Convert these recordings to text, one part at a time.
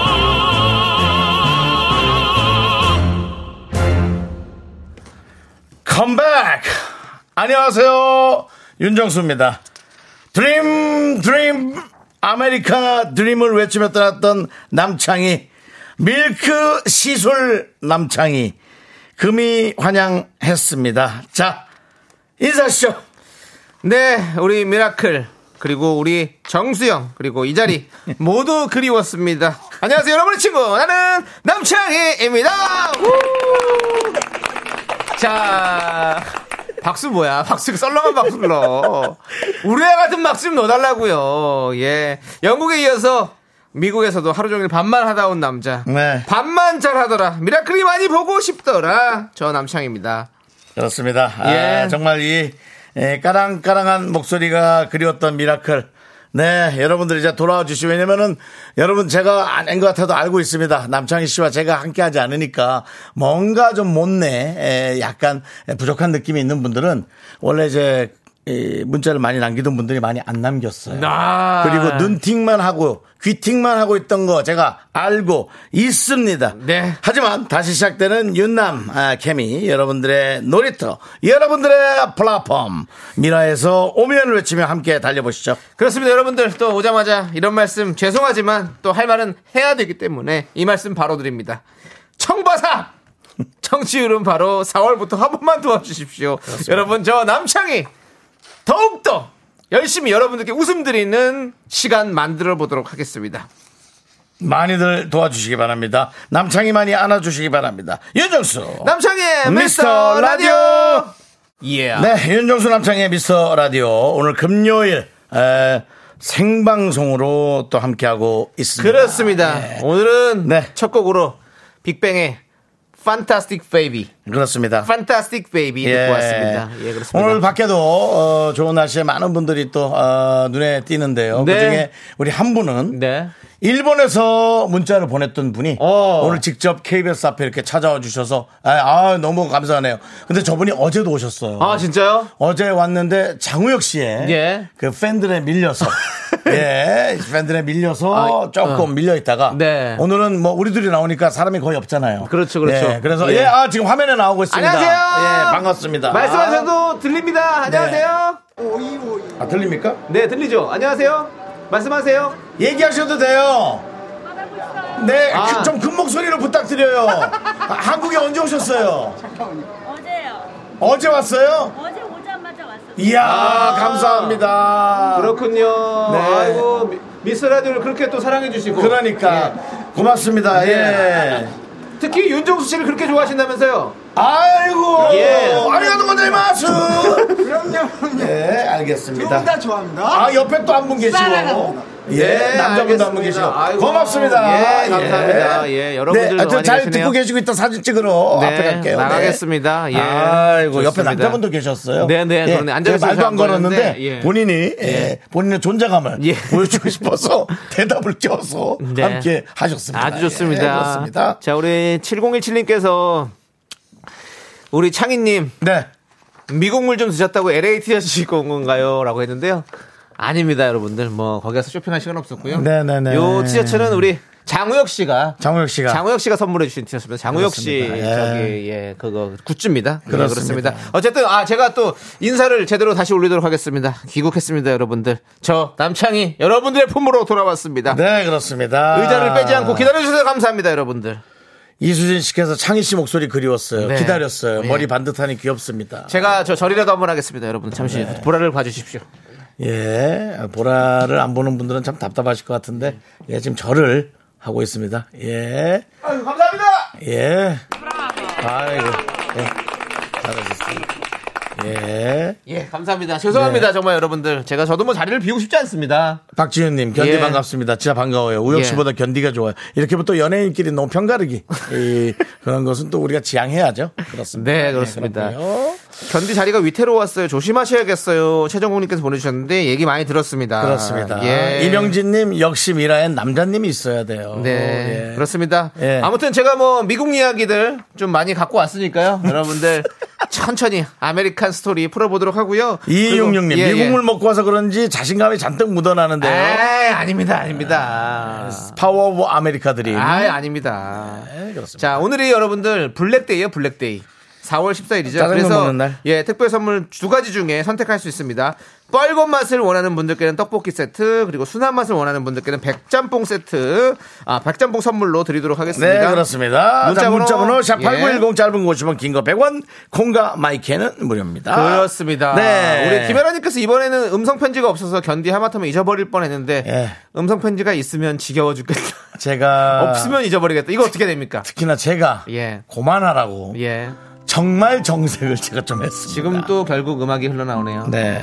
컴백! 안녕하세요. 윤정수입니다. 드림, 드림, 아메리카 드림을 외치며 떠났던 남창희. 밀크 시술 남창희. 금이 환영했습니다. 자, 인사하시죠. 네, 우리 미라클 그리고 우리 정수영 그리고 이 자리 모두 그리웠습니다. 안녕하세요, 여러분의 친구 나는 남창희입니다. 우! 자, 박수 뭐야? 박수 썰렁한 박수 불러. 우리와 같은 박수 좀 넣어달라고요. 예, 영국에 이어서. 미국에서도 하루 종일 반만 하다 온 남자. 네. 반만 잘 하더라. 미라클이 많이 보고 싶더라. 저 남창입니다. 그렇습니다. 아, 예. 정말 이 에, 까랑까랑한 목소리가 그리웠던 미라클. 네, 여러분들 이제 돌아와 주시오. 왜냐면은 여러분 제가 아닌 것 같아도 알고 있습니다. 남창희 씨와 제가 함께 하지 않으니까 뭔가 좀 못내, 에, 약간 부족한 느낌이 있는 분들은 원래 이제 이 문자를 많이 남기던 분들이 많이 안 남겼어요. 아. 그리고 눈팅만 하고 귀팅만 하고 있던 거 제가 알고 있습니다. 네. 하지만 다시 시작되는 윤남 아, 케미 여러분들의 놀이터 여러분들의 플랫폼 미라에서 오면을 외치며 함께 달려보시죠. 그렇습니다 여러분들 또 오자마자 이런 말씀 죄송하지만 또 할 말은 해야 되기 때문에 이 말씀 바로 드립니다 청바사 청취율은 바로 4월부터 한 번만 도와주십시오 여러분 저 남창이 더욱더 열심히 여러분들께 웃음 드리는 시간 만들어 보도록 하겠습니다 많이들 도와주시기 바랍니다. 남창이 많이 안아주시기 바랍니다. 윤정수 남창의 미스터 라디오 예 네, 윤정수 남창의 미스터 라디오 오늘 금요일 에, 생방송으로 또 함께하고 있습니다. 그렇습니다 오늘은 네. 첫 곡으로 빅뱅의 판타스틱 베이비 예, 그렇습니다. 판타스틱 베이비 듣고 왔습니다. 예, 그렇습니다. 오늘 밖에도 어, 좋은 날씨에 많은 분들이 또 어, 눈에 띄는데요. 네. 그중에 우리 한 분은 네. 일본에서 문자를 보냈던 분이 어. 오늘 직접 KBS 앞에 이렇게 찾아와 주셔서 아, 아, 너무 감사하네요. 근데 저분이 어제도 오셨어요. 아, 진짜요? 어제 왔는데 장우혁 씨의 예. 그 팬들에 밀려서 예 팬들에 밀려서 아, 조금 어. 밀려 있다가 네. 오늘은 뭐 우리 둘이 나오니까 사람이 거의 없잖아요. 그렇죠, 그렇죠. 예, 그래서 예. 예 아 지금 화면에 나오고 있습니다. 안녕하세요. 예 반갑습니다. 말씀하셔도 들립니다. 안녕하세요. 아, 들립니까? 네, 들리죠. 안녕하세요. 말씀하세요. 얘기하셔도 돼요. 네, 아. 좀 큰 목소리로 부탁드려요. 아, 한국에 언제 오셨어요? 어제요. 어제 왔어요? 어제 오자마자 왔어요. 이야, 감사합니다. 아. 그렇군요. 네. 아이고, 미- 미스 라디오를 그렇게 또 사랑해주시고. 예. 그러니까 고맙습니다. 네. 예. 특히 윤정수 씨를 그렇게 좋아하신다면서요. 아이고, 예. 아리가도 고자이마스. 그럼요. 네, 알겠습니다. 두분다 좋아합니다. 아, 옆에 또 한 분 계시고. 예, 네, 남자분도 한 분 알겠습니다. 계시고. 아이고. 고맙습니다. 예, 감사합니다. 예, 여러분들 네, 하여튼 많이 잘 계시네요. 듣고 계시고 있다 사진 찍으러 네, 앞에 갈게요. 네. 나가겠습니다. 예. 아이고, 옆에 좋습니다. 남자분도 계셨어요. 예, 네, 네, 그러네. 앉아 제가 계셔서 말도 안 안 걸었는데, 걸었는데, 예. 본인이, 예, 본인의 존재감을 예. 보여주고 싶어서 대답을 껴서 네. 함께 하셨습니다. 아주 좋습니다. 예, 그렇습니다. 자, 우리 7017님께서 우리 창희님 네. 미국 물 좀 드셨다고 LA 드시고 온 건가요? 라고 했는데요. 아닙니다, 여러분들. 뭐, 거기 가서 쇼핑할 시간 없었고요. 네네네. 요 티셔츠는 우리 장우혁 씨가. 장우혁 씨가. 장우혁 씨가 선물해 주신 티셔츠입니다. 장우혁 씨 그렇습니다. 저기 예 그거 굿즈입니다. 예, 그렇습니다. 그렇습니다. 어쨌든 아 제가 또 인사를 제대로 다시 올리도록 하겠습니다. 귀국했습니다, 여러분들. 저 남창희 여러분들의 품으로 돌아왔습니다. 네, 그렇습니다. 의자를 빼지 않고 기다려주셔서 감사합니다, 여러분들. 이수진 씨께서 창희 씨 목소리 그리웠어요. 네. 기다렸어요. 예. 머리 반듯하니 귀엽습니다. 제가 저 절이라도 한번 하겠습니다, 여러분. 잠시 보라를 봐주십시오. 예, 보라를 안 보는 분들은 참 답답하실 것 같은데, 예, 지금 저를 하고 있습니다. 예, 감사합니다. 예. 아이고, 예. 잘하셨습니다. 예. 예, 감사합니다. 죄송합니다. 정말 여러분들. 제가 저도 뭐 자리를 비우고 싶지 않습니다. 박지윤님 견디 예. 반갑습니다. 진짜 반가워요. 우혁 예. 씨보다 견디가 좋아요. 이렇게 부터 연예인끼리 너무 편가르기 이, 그런 것은 또 우리가 지양해야죠. 그렇습니다. 네, 그렇습니다. 예, 그렇고요. 견디 자리가 위태로웠어요. 조심하셔야겠어요. 최정국님께서 보내주셨는데 얘기 많이 들었습니다. 그렇습니다. 예. 이명진님 역시 미라엔 남자님이 있어야 돼요. 네, 예. 그렇습니다. 예. 아무튼 제가 뭐 미국 이야기들 좀 많이 갖고 왔으니까요. 여러분들 천천히 아메리칸 스토리 풀어보도록 하고요. 이육육님 그리고- 예, 예. 미국물 먹고 와서 그런지 자신감이 잔뜩 묻어나는데요. 에이, 아닙니다, 아닙니다. 파워 오브 아메리카들이. 아, 아닙니다. 네, 예. 그렇습니다. 자, 오늘이 여러분들 블랙데이요, 블랙데이. 4월 14일이죠. 짜장면 그래서 먹는 날. 예, 특별 선물 두 가지 중에 선택할 수 있습니다. 뻘건 맛을 원하는 분들께는 떡볶이 세트, 그리고 순한 맛을 원하는 분들께는 백짬뽕 세트, 아, 백짬뽕 선물로 드리도록 하겠습니다. 네, 그렇습니다. 문자 문자번호- 문자번호 샵8910 예. 짧은 거 50원, 긴 거 100원, 콩과 마이크는 무료입니다. 그렇습니다. 아, 네. 우리 김혜라님께서 이번에는 음성 편지가 없어서 견디 하마터면 잊어버릴 뻔했는데 예. 음성 편지가 있으면 지겨워 죽겠다. 제가 없으면 잊어버리겠다. 이거 어떻게 됩니까? 특히나 제가 예. 고만하라고 예. 정말 정색을 제가 좀 했습니다. 지금 또 결국 음악이 흘러나오네요. 네.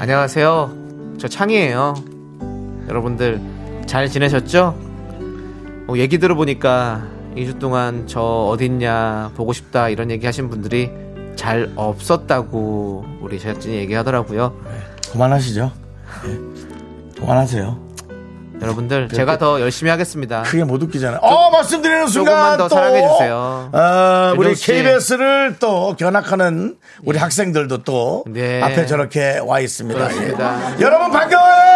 안녕하세요. 저 창이에요. 여러분들 잘 지내셨죠? 어, 얘기 들어보니까 2주 동안 저 어딨냐 보고 싶다 이런 얘기 하신 분들이 잘 없었다고 우리 제작진이 얘기하더라고요. 고만하시죠. 예. 고만하세요. 여러분들 제가 더 열심히 하겠습니다. 크게 못 웃기잖아요. 어, 말씀드리는 순간 조금만 더 또, 사랑해주세요. 그 어, 우리 윤정 씨. 예. KBS를 또 견학하는 우리 학생들도 또 네. 앞에 저렇게 와 있습니다. 그렇습니다. 예. 여러분 반가워요.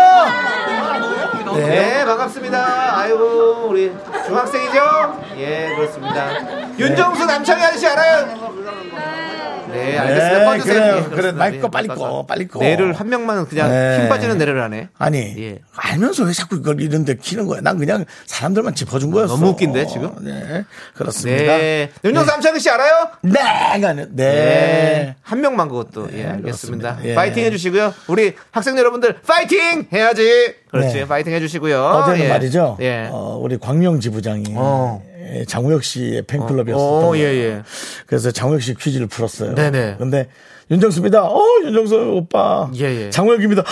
네. 반갑습니다. 아이고 우리 중학생이죠? 예 네. 그렇습니다. 윤정수 남창희 아저씨 알아요? 네 알겠습니다. 네, 꺼주세요. 그래요. 예, 그렇습니다. 그래, 빨리 예, 꺼, 빨리 꺼, 꺼, 꺼. 빨리 꺼. 내를 한 명만 그냥 네. 힘 빠지는 내를 하네. 아니 예. 알면서 왜 자꾸 이걸 이런 데 키는 거야? 난 그냥 사람들만 짚어준 거였어. 너무 웃긴데, 지금? 네 그렇습니다. 네. 윤정수 남창희 씨 알아요? 네, 네, 네. 네. 한 명만 그것도 예, 알겠습니다. 그렇습니다. 예. 파이팅 해주시고요. 우리 학생 여러분들 파이팅 해야지. 그렇지. 네. 파이팅 해주시고요. 어제는 예. 말이죠. 예. 어, 우리 광명 지부장이 어. 예, 장우혁 씨의 팬클럽이었었던 어, 거예요. 예, 예. 그래서 장우혁 씨 퀴즈를 풀었어요. 네네. 근데 윤정수입니다. 어, 윤정수 오빠. 예, 예. 장우혁입니다. 어,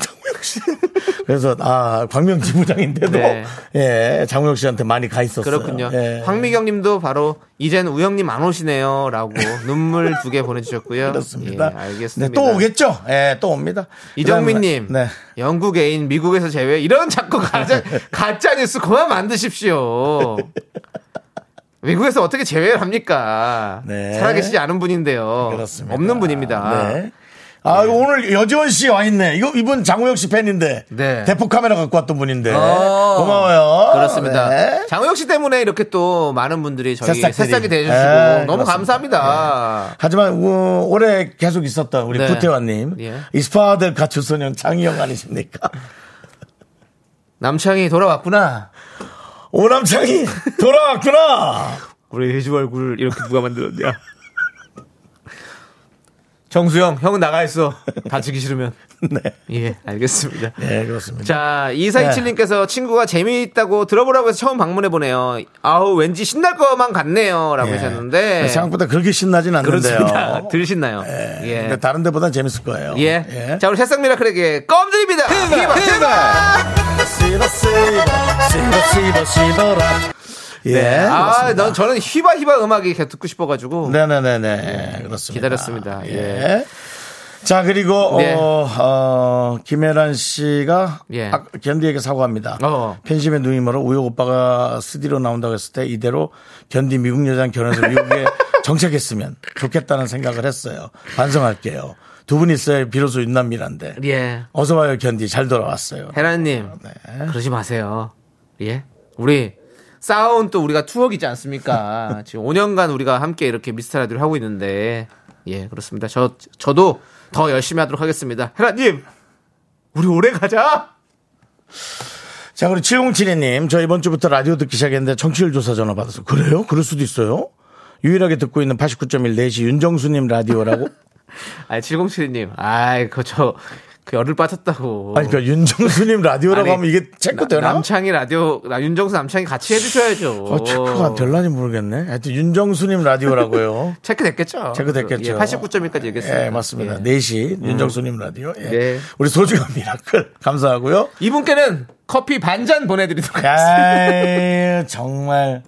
장우혁 씨. 그래서 아, 광명 지부장인데도 네. 예, 장우혁 씨한테 많이 가 있었어요. 그렇군요. 예. 황미경 님도 바로 이젠 우영님 안 오시네요. 라고 눈물 두 개 보내주셨고요. 그렇습니다. 예, 알겠습니다. 네, 또 오겠죠? 예, 또 옵니다. 이정민 그다음에, 님, 네. 영국 애인 미국에서 제외 이런 자꾸 가짜, 가짜 뉴스 그만 만드십시오. 미국에서 어떻게 제외를 합니까? 네. 살아계시지 않은 분인데요. 그렇습니다. 없는 분입니다. 네. 아, 이거 오늘 여지원 씨 와 있네. 이거 이분 장우혁 씨 팬인데. 네. 대포 카메라 갖고 왔던 분인데. 어. 네. 고마워요. 그렇습니다. 네. 장우혁 씨 때문에 이렇게 또 많은 분들이 저희 새싹들이. 새싹이 되주시고 네, 그렇습니다. 너무 네. 감사합니다. 하지만 우- 올해 계속 있었던 우리 네. 구태환 님. 예. 이스파델 가출소년 장희영 아니십니까? 남창이 돌아왔구나. 오남창이 돌아왔구나. 우리 해주 얼굴 이렇게 누가 만들었냐? 정수영, 형은 나가 있어. 다치기 싫으면. 네. 예, 알겠습니다. 네, 그렇습니다. 자, 2427님께서 친구가 재미있다고 들어보라고 해서 처음 방문해보네요. 아우, 왠지 신날 것만 같네요. 라고 예. 하셨는데. 생각보다 그렇게 신나진 않는데요. 그렇습니다. 들으시나요? 네, 예. 근데 다른 데보단 재밌을 거예요. 예. 예. 자, 우리 새싹 미라클에게 껌 드립니다. 히바, 히바. 씨바, 씨바, 씨바, 씨바, 씨바라. 예. 아, 그렇습니다. 넌 저는 히바 히바 음악이 계속 듣고 싶어가지고. 네네네네. 그렇습니다. 기다렸습니다. 예. 자, 그리고, 네. 어, 어, 김혜란 씨가 예. 아, 견디에게 사과합니다. 어. 팬심의 눈이 멀어 우혁 오빠가 스디로 나온다고 했을 때 이대로 견디 미국 여자랑 결혼해서 미국에 정착했으면 좋겠다는 생각을 했어요. 반성할게요. 두 분 있어야 비로소 윤남미란데. 예. 어서 와요, 견디. 잘 돌아왔어요. 헤라님, 네. 그러지 마세요. 예? 우리 싸운 또 우리가 투억이지 않습니까? 지금 5년간 우리가 함께 이렇게 미스터 라디오를 하고 있는데, 예, 그렇습니다. 저, 저도 더 열심히 하도록 하겠습니다. 헤라님, 우리 오래 가자! 자, 그리고 7072님, 저 이번 주부터 라디오 듣기 시작했는데 청취율 조사 전화 받아서 그래요? 그럴 수도 있어요? 유일하게 네 듣고 있는 89.1 4시 윤정수님 라디오라고? 아, 7072님, 아이, 그거 저, 그 열을 빠졌다고. 아니, 그러니까 윤정수님 라디오라고 아니, 하면 이게 체크 되나? 남창이 라디오 나 윤정수 남창이 같이 해주셔야죠. 어, 체크가 될란지 모르겠네. 하여튼 윤정수님 라디오라고요. 체크 됐겠죠. 예, 체크 됐겠죠. 89점까지 얘기했습니다. 예, 맞습니다. 예. 4시 윤정수님 라디오. 예. 네. 우리 소중한 미라클 감사하고요. 이분께는 커피 반잔 보내드리도록 하겠습니다. 야, 정말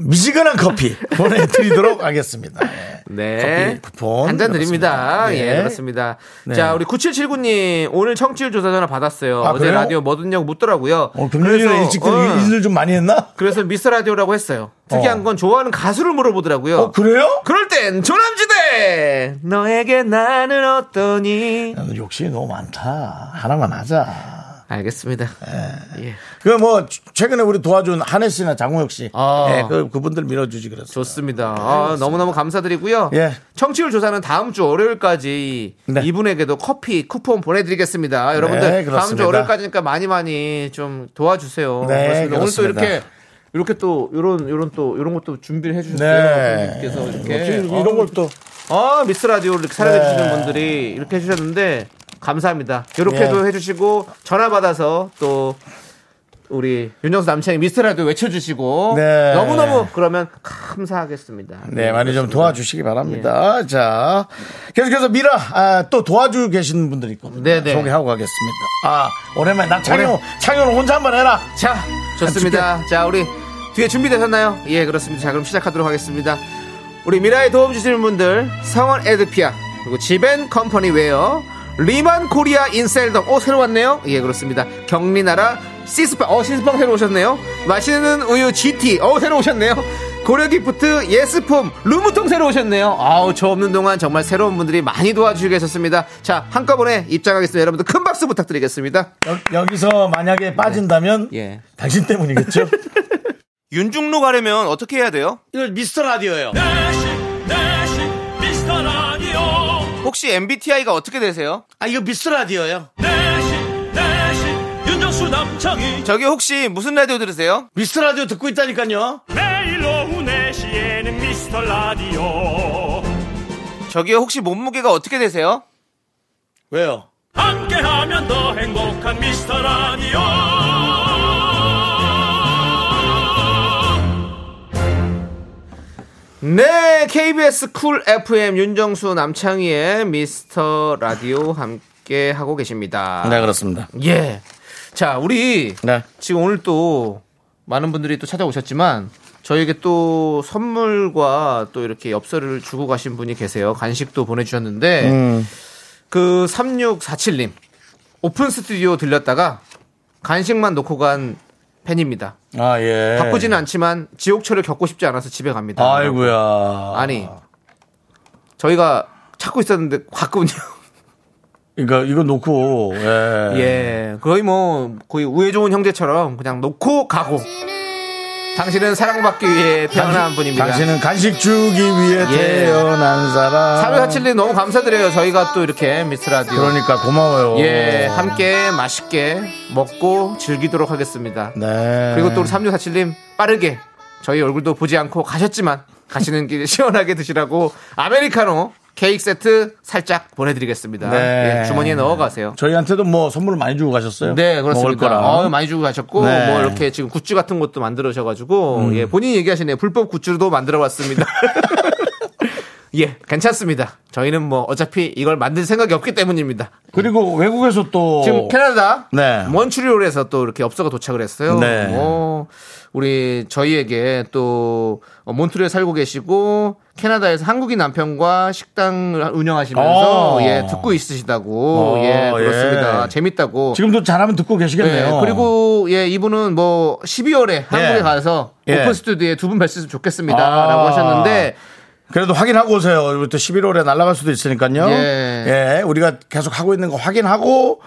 미지근한 커피 보내드리도록 하겠습니다. 예. 네. 커피 쿠폰 한잔 드립니다. 그렇습니다. 예, 네. 그렇습니다. 네. 자, 우리 9779님, 오늘 청취율 조사 전화 받았어요. 아, 어제 그래요? 라디오 뭐 듣냐고 묻더라고요. 어, 금요일에 일찍 들 어, 일을 좀 많이 했나? 그래서 미스터 라디오라고 했어요. 특이한 어. 건 좋아하는 가수를 물어보더라고요. 어, 그래요? 그럴 땐 조남지대! 너에게 나는 어떠니? 나는 욕심이 너무 많다. 하나만 하자. 알겠습니다. 예. 그 뭐 최근에 우리 도와준 한혜 씨나 장우혁 씨, 아. 예, 그 그분들 밀어주지 그랬어요. 좋습니다. 아, 너무너무 감사드리고요. 예. 청취율 조사는 다음 주 월요일까지 네. 이분에게도 커피 쿠폰 보내드리겠습니다. 여러분들 다음 주 그렇습니다. 월요일까지니까 많이 많이 좀 도와주세요. 네, 그렇습니다. 오늘 또 그렇습니다. 이렇게 이렇게 또 이런 이런 또 이런 것도 준비를 해주셨어요. 네. 분께서 어떻게 이렇게 이런 걸 또 아 미스 라디오를 이렇게 사랑해 주시는 네. 분들이 이렇게 해주셨는데 감사합니다. 이렇게도 예. 해주시고 전화 받아서 또 우리 윤정수 남창이 미스 라디오 외쳐주시고 네. 너무 너무 그러면 감사하겠습니다. 네, 많이 좀 도와주시기 바랍니다. 자, 계속해서 미라 아, 또 도와주고 계신 분들 있거든요. 네, 네. 소개하고 가겠습니다. 아, 오랜만에 나 창현 창현 혼자 한번 해라. 자 좋습니다. 자 우리 뒤에 준비되셨나요? 예 그렇습니다. 자 그럼 시작하도록 하겠습니다. 우리 미라에 도움 주시는 분들 성원 에드피아 그리고 지벤 컴퍼니 웨어 리만 코리아 인셀덤 오 새로 왔네요 예 그렇습니다 경리나라 시스빵 어 시스빵 새로 오셨네요 맛있는 우유 GT 어 새로 오셨네요 고려기프트 예스폼 루무통 새로 오셨네요 아우 저 없는 동안 정말 새로운 분들이 많이 도와주시고 계셨습니다 자 한꺼번에 입장하겠습니다 여러분들 큰 박수 부탁드리겠습니다 여, 기서 만약에 빠진다면 예. 당신 때문이겠죠. 윤중로 가려면 어떻게 해야 돼요? 이거 미스터 라디오예요. 네 내시 내시 미스터 라디오 혹시 MBTI가 어떻게 되세요? 아, 이거 미스터 라디오예요. 네 내시 내시 윤정수 남창희 저기 혹시 무슨 라디오 들으세요? 미스터 라디오 듣고 있다니까요. 매일 오후 4시에는 미스터 라디오 저기 혹시 몸무게가 어떻게 되세요? 왜요? 함께하면 더 행복한 미스터 라디오 네, KBS 쿨 FM 윤정수 남창희의 미스터 라디오 함께 하고 계십니다. 네, 그렇습니다. 예. 자, 우리 네. 지금 오늘 또 많은 분들이 또 찾아오셨지만 저에게 또 선물과 또 이렇게 엽서를 주고 가신 분이 계세요. 간식도 보내주셨는데 그 3647님 오픈 스튜디오 들렸다가 간식만 놓고 간 팬입니다. 아, 예. 바쁘지는 않지만 지옥철을 겪고 싶지 않아서 집에 갑니다. 아이고야. 아니 저희가 찾고 있었는데 갔군요. 그러니까 이거 놓고 예. 예, 거의 뭐 거의 우애 좋은 형제처럼 그냥 놓고 가고. 당신은 사랑받기 위해 태어난 분입니다. 당신은 간식 주기 위해 예. 태어난 사람. 3147님 너무 감사드려요. 저희가 또 이렇게 미스 라디오. 그러니까 고마워요. 예, 함께 맛있게 먹고 즐기도록 하겠습니다. 네. 그리고 또 우리 3647님 빠르게 저희 얼굴도 보지 않고 가셨지만 가시는 길 시원하게 드시라고 아메리카노 케이크 세트 살짝 보내드리겠습니다. 네. 예, 주머니에 넣어 가세요. 저희한테도 뭐 선물을 많이 주고 가셨어요. 네, 먹을 그렇습니다. 거랑. 어, 많이 주고 가셨고, 네. 음. 뭐 이렇게 지금 굿즈 같은 것도 만들으셔가지고, 예, 본인이 얘기하시네요. 불법 굿즈도 만들어 왔습니다. 예, 괜찮습니다. 저희는 뭐 어차피 이걸 만들 생각이 없기 때문입니다. 그리고 외국에서 또 지금 캐나다 네. 몬트리올에서 또 이렇게 엽서가 도착을 했어요. 네. 뭐 우리 저희에게 또 어, 몬트리올 살고 계시고 캐나다에서 한국인 남편과 식당을 운영하시면서 어. 예 듣고 있으시다고 어, 예 그렇습니다. 예. 재밌다고. 지금도 잘하면 듣고 계시겠네요. 예, 그리고 예 이분은 뭐 12월에 한국에 가서 예. 오픈 스튜디오에 두 분 뵀으면 아. 좋겠습니다라고 하셨는데 그래도 확인하고 오세요. 이거 또 11월에 날아갈 수도 있으니까요. 예. 예, 우리가 계속 하고 있는 거 확인하고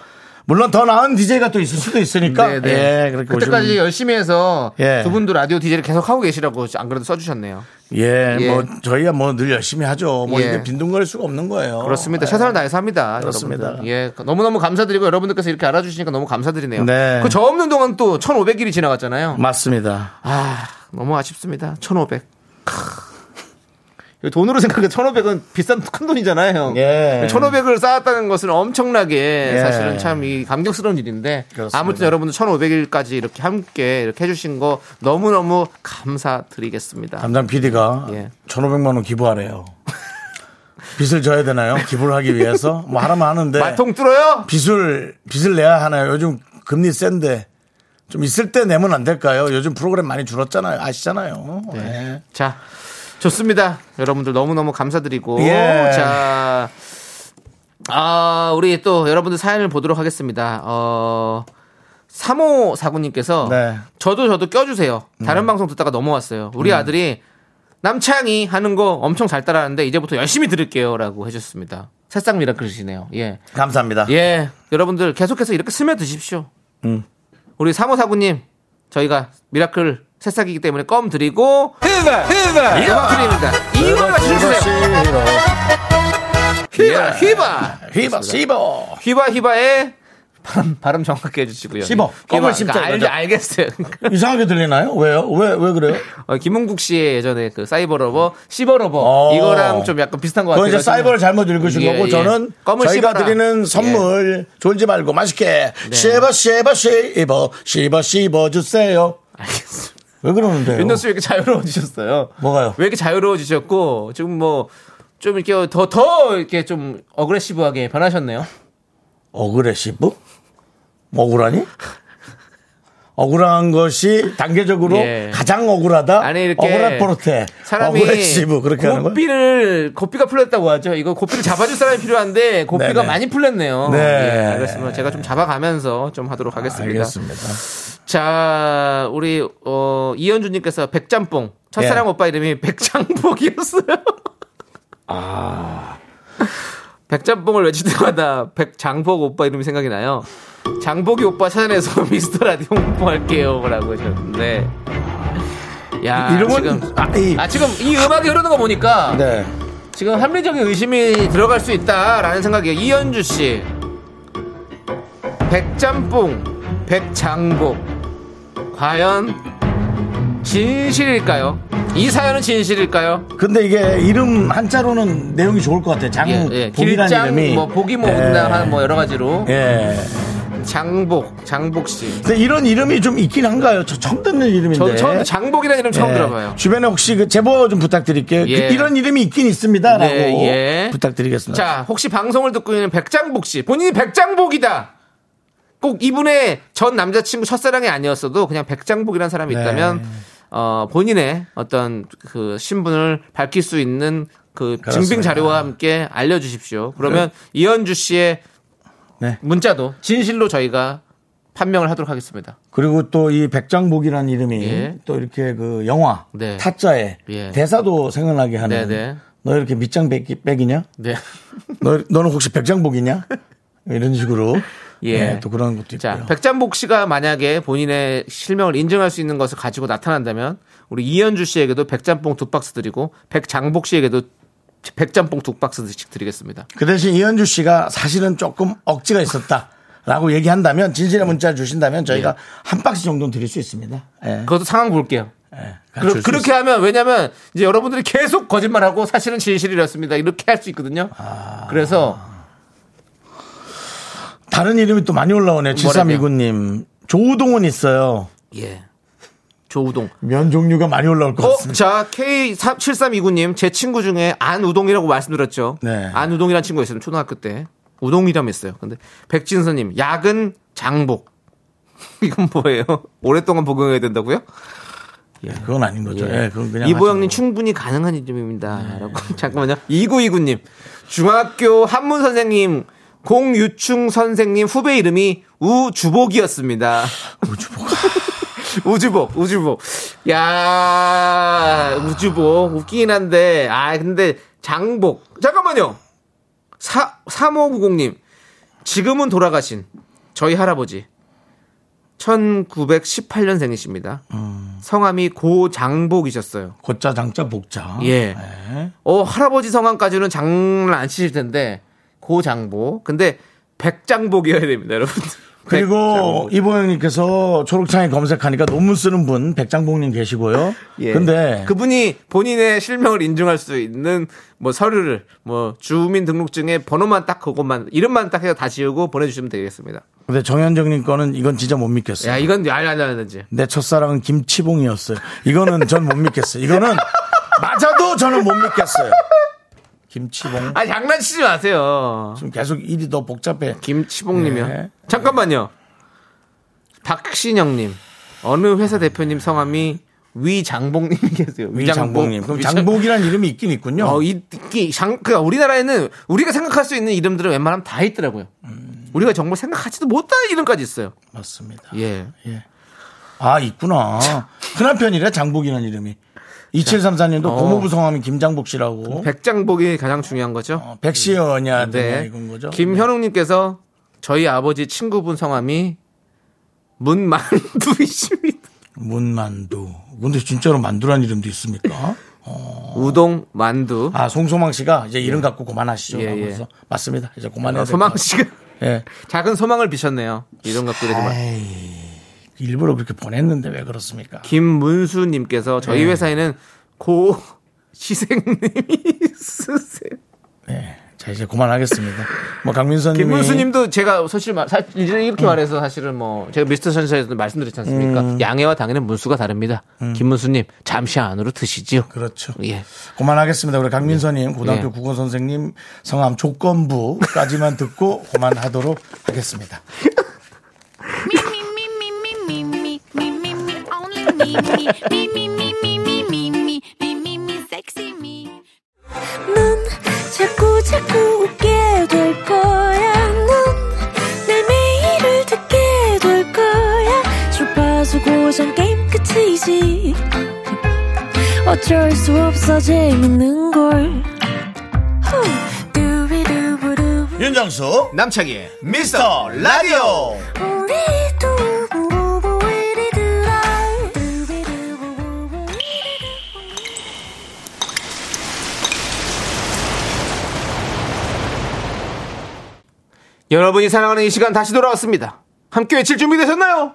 물론 더 나은 DJ가 또 있을 수도 있으니까. 네, 네. 예, 그렇게 그때까지 오시면- 열심히 해서 예. 두 분도 라디오 DJ를 계속 하고 계시라고 안 그래도 써주셨네요. 예, 예. 뭐 저희야 뭐 늘 열심히 하죠. 뭐 예. 이게 빈둥거릴 수가 없는 거예요. 그렇습니다. 예. 최선을 다해서 합니다. 그렇습니다. 여러분들. 예, 너무너무 감사드리고 여러분들께서 이렇게 알아주시니까 너무 감사드리네요. 네. 음. 그 저 없는 동안 또 1,500일이 지나갔잖아요. 맞습니다. 아, 너무 아쉽습니다. 1,500. 크. 이거 돈으로 생각해 1,500은 비싼 큰 돈이잖아요, 형. 예. 1,500을 쌓았다는 것은 엄청나게 예. 사실은 참 이 감격스러운 일인데 그렇습니다. 아무튼 여러분들 1,500일까지 이렇게 함께 이렇게 해주신 거 너무너무 감사드리겠습니다. 담당 PD가 예. 1,500만 원 기부하래요. 빚을 져야 되나요? 기부를 하기 위해서? 뭐 하라면 하는데. 네. 말통 뚫어요? 빚을 빚을 내야 하나요? 요즘 금리 센데 좀 있을 때 내면 안 될까요? 요즘 프로그램 많이 줄었잖아요. 아시잖아요. 네. 자, 좋습니다. 여러분들 너무너무 감사드리고. 예. 자, 아, 우리 또 여러분들 사연을 보도록 하겠습니다. 어, 3호 사구님께서 네. 음. 저도 저도 껴주세요. 다른 방송 듣다가 넘어왔어요. 우리 아들이 남창이 하는 거 엄청 잘 따라하는데 이제부터 열심히 들을게요. 라고 해주셨습니다. 새싹 미라클이시네요. 예. 감사합니다. 예. 여러분들 계속해서 이렇게 스며드십시오. 우리 3호 사구님, 저희가 미라클 새싹이기 때문에 껌 드리고 예, 음악 드립니다. 이거가 주세요. 예, 휘바 휘바 휘바 씹어. 휘바 휘바의 발음, 발음 정확하게 해주시고요. 씹어. 껌을 씹자. 씹자, 알, 그죠? 알겠어요. 그러니까. 이상하게 들리나요? 왜요? 왜 왜 그래요? 어, 김은국 씨의 예전에 그 사이버러버, 시버러버 어. 이거랑 좀 약간 비슷한 것 그건 같아요. 이제 사이버를 잘못 읽으신 뭐, 예, 거고 예. 저는 껌을 저희가 씹어라. 예. 네. 드리는 선물 졸지 말고 맛있게 씹어 씹어 씹어 씹어 씹어 주세요. 알겠습니다. 왜 그러는데요? 윤정수 왜 이렇게 자유로워지셨어요? 뭐가요? 왜 이렇게 자유로워지셨고 지금 뭐 좀 이렇게 더 더 이렇게 좀 어그레시브하게 변하셨네요. 억울해시브? 억울하니? 억울한 것이 단계적으로 예. 가장 억울하다. 아니 이렇게 억울한 포르테. 사람이 억울해시브 그렇게 하는 거예요? 고삐를 고삐가 풀렸다고 하죠. 이거 고삐를 잡아줄 사람이 필요한데 고삐가 네네. 많이 풀렸네요. 네. 예, 알겠습니다. 제가 좀 잡아가면서 좀 하도록 하겠습니다. 알겠습니다. 자, 우리 어, 이현주님께서 백짬뽕 첫사랑 예. 오빠 이름이 백장복이었어요. 아. 백짬뽕을 외칠 때마다 백장복 오빠 이름이 생각이 나요. 장복이 오빠 찾아내서 미스터 라디오 홍보할게요라고 하셨는데. 야, 이름은- 지금 아, 이- 아, 지금 이 음악이 흐르는 거 보니까 네. 지금 합리적인 의심이 들어갈 수 있다라는 생각이에요. 이현주 씨. 백짬뽕, 백장복. 과연 진실일까요? 이 사연은 진실일까요? 근데 이게 이름 한자로는 내용이 좋을 것 같아요. 장, 예, 예. 복이라는 길장, 이름이. 뭐, 보기 뭐, 예. 운다한 뭐, 여러 가지로. 예. 장복, 장복씨. 근데 이런 이름이 좀 있긴 한가요? 저 처음 듣는 이름인데. 저도 처음, 장복이라는 이름 처음 예. 들어봐요. 주변에 혹시 그 제보 좀 부탁드릴게요. 예. 그 이런 이름이 있긴 있습니다라고 네, 예. 부탁드리겠습니다. 자, 혹시 방송을 듣고 있는 백장복 씨, 본인이 백장복이다. 꼭 이분의 전 남자친구 첫사랑이 아니었어도 그냥 백장복이라는 사람이 네. 있다면 어, 본인의 어떤 그 신분을 밝힐 수 있는 그 증빙 그렇습니다. 자료와 함께 알려주십시오. 그러면 이현주 씨의 네. 문자도 진실로 저희가 판명을 하도록 하겠습니다. 그리고 또 이 백장복이라는 이름이 예. 또 이렇게 그 영화 네. 타짜에 예. 대사도 생각나게 하는 네네. 너 이렇게 밑장 백이, 백이냐? 네. 너, 너는 혹시 백장복이냐? 이런 식으로 예. 예, 또 그런 것도 자, 있고요. 백짬복 씨가 만약에 본인의 실명을 인정할 수 있는 것을 가지고 나타난다면 우리 이현주 씨에게도 백짬뽕 두 박스 드리고 백장복 씨에게도 백짬뽕 두 박스씩 드리겠습니다. 그 대신 이현주 씨가 사실은 조금 억지가 있었다. 라고 얘기한다면 진실의 문자를 주신다면 예. 저희가 한 박스 정도는 드릴 수 있습니다. 예. 그것도 상황 볼게요. 예, 그러, 줄수 그렇게 있- 하면 왜냐면 이제 여러분들이 계속 거짓말하고 사실은 진실이었습니다. 이렇게 할 수 있거든요. 아. 그래서 다른 이름이 또 많이 올라오네요. 7329님. 조우동은 있어요. 예. 조우동. 면 종류가 많이 올라올 것 어, 같습니다. 자, K7329님, 제 친구 중에 안우동이라고 말씀드렸죠. 네. 안우동이라는 친구가 있어요. 초등학교 때. 우동이라고 했어요. 근데 백진서님, 약은 장복. 이건 뭐예요? 오랫동안 복용해야 된다고요? 예, 그건 아닌 거죠. 예, 그건 그냥 이보영님 하시고. 충분히 가능한 이름입니다. 라고. 잠깐만요. 2929님, 중학교 한문 선생님, 공유충 선생님 후배 이름이 우주복이었습니다. 우주복, 우주복. 야, 우주복. 웃기긴 한데, 아, 근데 장복. 잠깐만요. 사, 3590님. 지금은 돌아가신 저희 할아버지. 1918년생이십니다. 음. 성함이 고장복이셨어요. 고자 장자 복자. 예. 네. 어, 할아버지 성함까지는 장난 안 치실 텐데, 고장복. 근데 백장복이어야 됩니다, 여러분들. 그리고 이보영님께서 초록창에 검색하니까 논문 쓰는 분 백장봉님 계시고요. 예. 근데 그분이 본인의 실명을 인증할 수 있는 뭐 서류를 뭐 주민등록증에 번호만 딱 그것만 이름만 딱 해서 다 지우고 보내주시면 되겠습니다. 근데 정현정님 거는 이건 진짜 못 믿겠어요. 야 이건 야야야야지. 내 첫사랑은 김치봉이었어요. 이거는 전 못 믿겠어요. 이거는 맞아도 저는 못 믿겠어요. 김치봉. 아 장난치지 마세요. 지금 계속 일이 더 복잡해. 김치봉님이요. 네. 잠깐만요. 박신영님 어느 회사 대표님 성함이 위장봉님 계세요. 위장봉님. 그럼 위장- 장복이란 이름이 있긴 있군요. 어, 이, 이 장, 그, 우리나라에는 우리가 생각할 수 있는 이름들은 웬만하면 다 있더라고요. 음. 우리가 정말 생각하지도 못한 이름까지 있어요. 맞습니다. 예. 아 있구나. 큰한편이래 장복이라는 이름이. 2734님도 어. 고모부 성함이 김장복 씨라고. 백장복이 가장 중요한 거죠. 어, 백시어냐 네. 네. 이건 거죠. 김현웅님께서 저희 아버지 친구분 성함이 문만두이십니다. 문만두. 근데 진짜로 만두란 이름도 있습니까? 우동 만두. 어. 아 송소망 씨가 이제 이름 갖고 그만하시죠. 예, 예. 그래서 맞습니다. 이제 그만해야 어, 될것 소망 같아요. 씨가 예. 작은 소망을 비셨네요. 이런 아, 것들이 정말. 일부러 그렇게 보냈는데 왜 그렇습니까? 김문수님께서 저희 네. 회사에는 고 시생님이 있으세요. 네. 자 이제 그만하겠습니다. 뭐 네. 강민선님. 김문수님도 제가 사실 말- 사- 이제 이렇게 말해서 사실은 뭐 제가 미스터 선샤에서도 말씀드렸지 않습니까? 양해와 당해는 문수가 다릅니다. 김문수님 잠시 안으로 드시지요. 그렇죠. 예. 그만하겠습니다. 우리 강민선님 고등학교 예. 국어 선생님 성함 조건부까지만 듣고 그만하도록 하겠습니다. 넌 자꾸 자꾸 웃게 될 거야. 넌내 매일을 듣게 될 거야. 주파수 고정 게임 끝이지. 어쩔 수 없어 재밌는 걸. 후. 두비두부두. 윤정수 남창희의 미스터 라디오. 우리 두부부부 우리 두라. 두비두부부부 우리 두부부. 여러분이 사랑하는 이 시간 다시 돌아왔습니다. 함께 외칠 준비 되셨나요?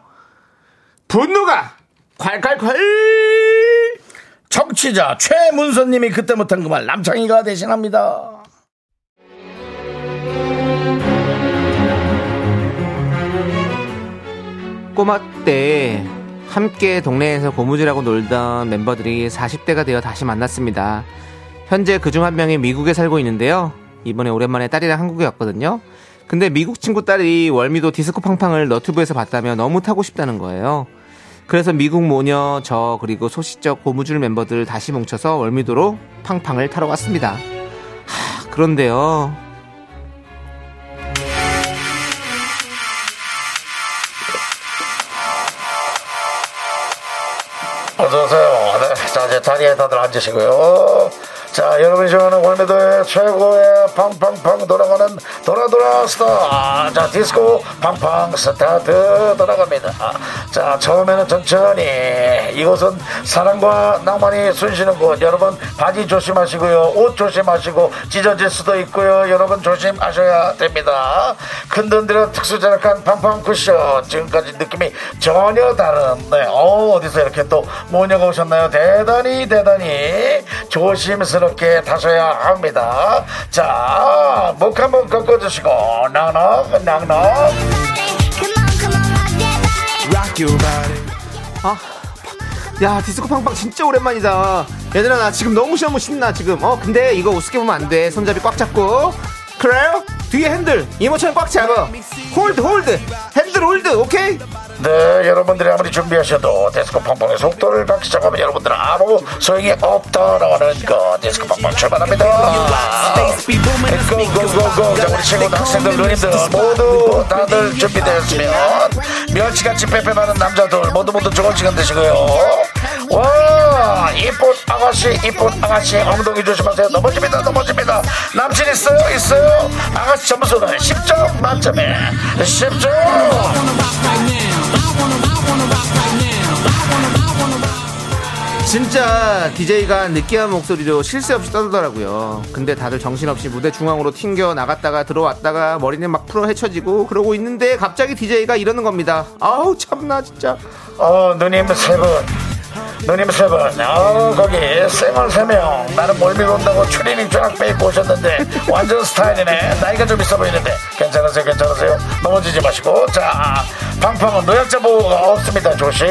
분노가 콸콸콸! 정치자 최문선님이 그때 못한 그 말 남창희가 대신합니다. 꼬마 때 함께 동네에서 고무줄하고 놀던 멤버들이 40대가 되어 다시 만났습니다. 현재 그중 한 명이 미국에 살고 있는데요. 이번에 오랜만에 딸이랑 한국에 왔거든요. 근데 미국 친구 딸이 월미도 디스코 팡팡을 너튜브에서 봤다며 너무 타고 싶다는 거예요. 그래서 미국 모녀, 저, 그리고 소시적 고무줄 멤버들 다시 뭉쳐서 월미도로 팡팡을 타러 갔습니다. 하, 그런데요. 어서오세요. 네. 자, 이제 자리에 다들 앉으시고요. 자, 여러분이 좋아하는 월미도의 최고의 팡팡팡 돌아가는 도라도라 스타. 아, 자, 디스코 팡팡 스타트 돌아갑니다. 자, 처음에는 천천히. 이곳은 사랑과 낭만이 숨쉬는 곳. 여러분, 바지 조심하시고요. 옷 조심하시고, 찢어질 수도 있고요. 여러분, 조심하셔야 됩니다. 큰돈들은 특수 제작한 팡팡 쿠션. 지금까지 느낌이 전혀 다른, 네, 어 어디서 이렇게 또 모녀가 오셨나요? 대단히, 대단히 조심스럽게 타셔야 합니다. 자, 목 한번 꺾어주시고, 낭낭, 낭낭. 아, 야 디스코 팡팡 진짜 오랜만이다 얘들아 나 지금 너무 너무 신나 지금 어 근데 이거 우습게 보면 안 돼 손잡이 꽉 잡고 그래요? 뒤에 핸들 이모처럼 꽉 잡아 홀드 홀드 핸들 홀드 오케이? 네, 여러분들이 아무리 준비하셔도 디스코 팡팡의 속도를 받기 시작하면 여러분들은 아무 소용이 없다라는 거. 디스코 팡팡 출발합니다. 고고고고 자 우리 친구 학생들 누님들 모두 다들 준비되었으면 멸치같이 빼빼마는 남자들 모두 모두 조금씩은 드시고요 와 이쁜 아가씨 이쁜 아가씨 엉덩이 조심하세요 넘어집니다 넘어집니다 남친 있어요 있어요 아가씨 점수는 10점 만점에 10점 진짜 DJ가 느끼한 목소리로 실수 없이 떠들더라고요. 근데 다들 정신없이 무대 중앙으로 튕겨 나갔다가 들어왔다가 머리는 막 풀어 헤쳐지고 그러고 있는데 갑자기 DJ가 이러는 겁니다. 아우 참나 진짜. 어, 누님 세 분. 누님 세 분. 어, 거기 쌩얼 세 명. 나는 몰밀 온다고 추리닝 쫙 빼입고 오셨는데 완전 스타일이네. 나이가 좀 있어 보이는데 괜찮으세요? 괜찮으세요? 넘어지지 마시고. 자, 방팡은 노약자 보호가 없습니다. 조심.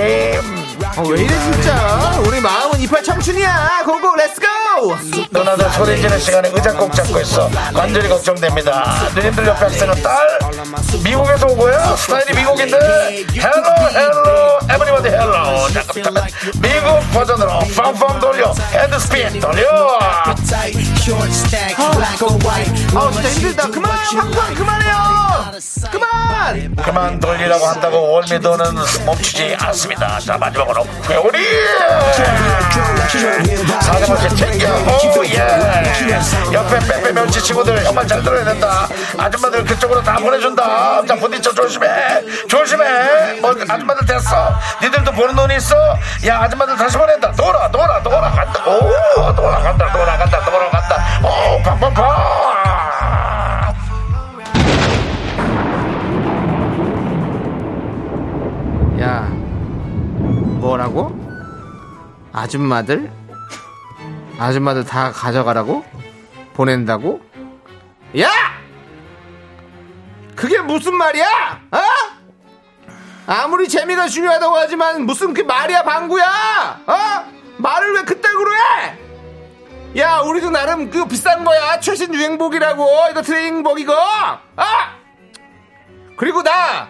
아, 왜 이래 진짜. 우리 마음은 이팔 청춘이야. 고고 렛츠고. 누나들 소리 지는 시간에 의자 꼭 잡고 있어. 완전히 걱정됩니다. 누님들 옆에 학생은 딸. 미국에서 온 거야? 스타일이 미국인데. 헬로 헬로 에브리바디 헬로. 잠깐 잠깐. 미국 버전으로 팡팡 돌려. 헤드스핀 돌려. 아 진짜 힘들다. 그만 방방 그만해요. 그만. 그만 돌리라고 한다고 월미도는 멈추지 않습니다. 자 마지막으로 회오리 사장한테 챙겨 오예 옆에 빼빼 멸치 친구들 정말 잘 들어야 된다. 아줌마들 그쪽으로 다 보내준다. 자 부딪혀 조심해 조심해. 뭐 아줌마들 됐어. 니들도 보는 눈이 있어. 야 아줌마들 다시 보낸다. 돌아 돌아 돌아 간다. 오 돌아 간다 돌아 간다 돌아 간다. 오 팡팡팡. 야 뭐라고? 아줌마들? 아줌마들 다 가져가라고? 보낸다고? 야! 그게 무슨 말이야? 어? 아무리 재미가 중요하다고 하지만 무슨 그 말이야 방구야? 어? 말을 왜 그따구로 해? 야 우리도 나름 그 비싼 거야 최신 유행복이라고 이거 트레이닝복 이거 아 그리고 나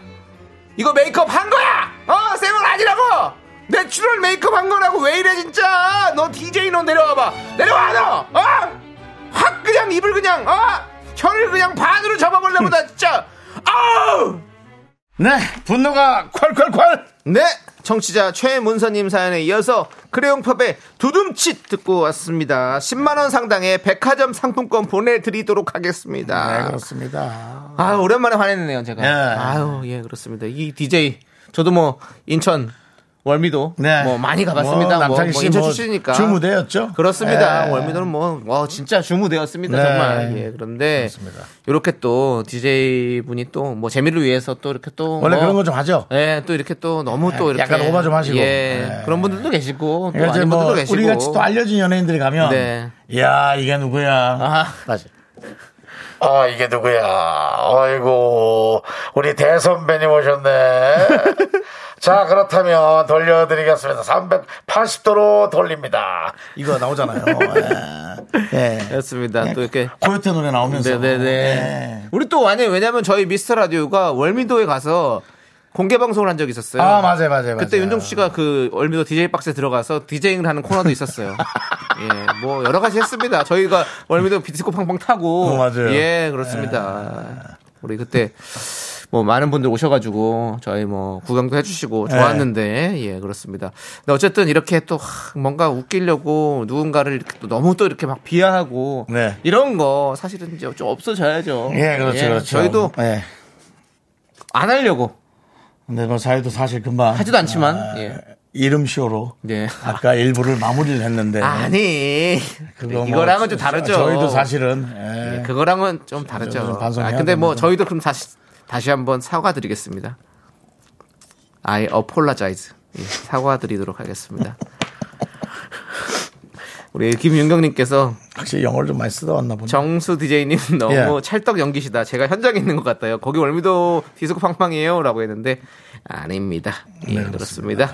이거 메이크업 한 거야! 어, 쌤은 아니라고! 내추럴 메이크업 한 거라고 왜 이래, 진짜! 너 DJ 너 내려와봐! 내려와, 너! 어! 확 그냥 입을 그냥, 어! 혀를 그냥 반으로 잡아버려보다, 진짜! 아우! 네, 분노가 콸콸콸! 네! 청취자 최문서님 사연에 이어서 크레용팝의 두둠칫 듣고 왔습니다. 10만원 상당의 백화점 상품권 보내드리도록 하겠습니다. 네, 그렇습니다. 아 오랜만에 화냈네요 제가. 예. 아유 예 그렇습니다. 이 DJ 저도 뭐 인천 월미도 네. 뭐 많이 가봤습니다. 뭐 뭐, 남창희 뭐 씨 인천 뭐 출신이니까 주무대였죠? 그렇습니다. 예. 월미도는 뭐 와, 진짜 주무대였습니다 네. 정말. 예 그런데 그렇습니다. 이렇게 또 DJ 분이 또 뭐 재미를 위해서 또 이렇게 또 원래 뭐- 그런 거 좀 하죠? 예, 또 이렇게 또 너무 또 이렇게 약간 오바 좀 하시고. 예, 예. 그런 분들도 계시고 또 그러니까 이제 아닌 뭐 분들도 계시고 우리 같이 또 알려진 연예인들이 가면 네. 야 이게 누구야? 아. 다시. 아 이게 누구야? 아이고 우리 대선배님 오셨네. 자 그렇다면 돌려드리겠습니다. 380도로 돌립니다. 이거 나오잖아요. 예. 예. 그렇습니다. 또 이렇게 네, 코요태 노래 나오면서. 네네네. 예. 우리 또 아니 왜냐면 저희 미스터 라디오가 월미도에 가서 공개 방송을 한 적이 있었어요. 아 맞아요 맞아요. 그때 맞아요. 윤종수 씨가 그 월미도 DJ 박스에 들어가서 디제잉을 하는 코너도 있었어요. 예, 뭐 여러 가지 했습니다. 저희가 월미도 비트코 팡팡 타고. 어, 맞아요. 예. 예, 그렇습니다. 우리 그때 뭐 많은 분들 오셔가지고 저희 뭐 구경도 해주시고 좋았는데 예 그렇습니다. 근데 어쨌든 이렇게 또 하, 뭔가 웃기려고 누군가를 이렇게 또 너무 또 이렇게 막 비하하고 네. 이런 거 사실은 이제 좀 없어져야죠. 예 그렇죠 예, 그렇죠. 저희도 예. 안 하려고 근데 뭐 사회도 사실 금방 하지도 않지만 아, 예. 이름 쇼로 예. 아까 일부를 마무리를 했는데 아니 그거 뭐 이거랑은 좀 다르죠. 저- 저희도 사실은 예. 그거랑은 좀 다르죠. 좀 반성해야 아, 근데 뭐 됩니다. 저희도 그럼 다시 다시 한번 사과드리겠습니다. I apologize 예, 사과드리도록 하겠습니다. 우리 김윤경님께서 확실히 영어를 좀 많이 쓰다 왔나 보네. 정수 DJ님 너무 예. 찰떡 연기시다. 제가 현장에 있는 것 같아요. 거기 월미도 디스코 팡팡이에요. 라고 했는데, 아닙니다. 예, 네, 그렇습니다.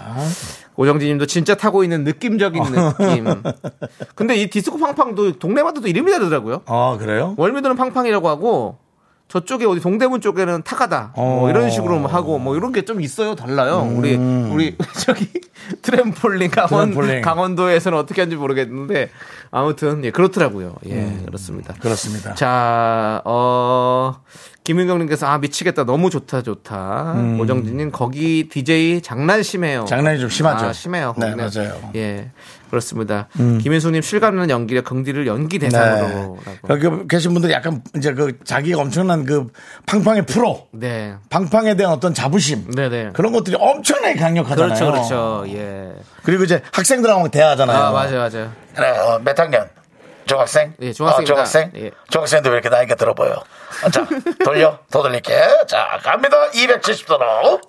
오정진 님도 진짜 타고 있는 느낌적인 느낌. 근데 이 디스코 팡팡도 동네마다 또 이름이 다르더라고요. 아 그래요? 월미도는 팡팡이라고 하고, 저쪽에 어디 동대문 쪽에는 타가다 뭐 어. 음. 이런 식으로 뭐 하고 뭐 이런 게 좀 있어요 달라요 우리 우리 저기 트램폴린 강원 트램폴린. 강원도에서는 어떻게 하는지 모르겠는데 음. 아무튼 예 그렇더라고요 예 그렇습니다 그렇습니다. 자, 어, 김윤경님께서 아 미치겠다 너무 좋다 좋다 오정진님 거기 DJ 장난 심해요 음. 장난이 좀 심하죠. 아, 심해요 네, 거기는. 맞아요. 음. 예 그렇습니다 김윤수님 실감나는 연기력 긍디를 연기 대상으로 라고. 네. 여기 계신 분들이 약간 이제 그 자기가 엄청난 그 팡팡의 프로, 네 팡팡에 대한 어떤 자부심 네네 그런 것들이 엄청나게 강력하잖아요. 그렇죠 그렇죠 예 리고 이제 학생들하고 대화하잖아요. 뭐. 아, 맞아요, 맞아요. 그래, 어, 몇 학년? 중학생? 예, 중학생입니다. 어, 중학생? 예. 중학생도 왜 이렇게 나이가 들어 보여? 아, 자, 돌려, 더 돌릴게. 자, 갑니다. 270도로.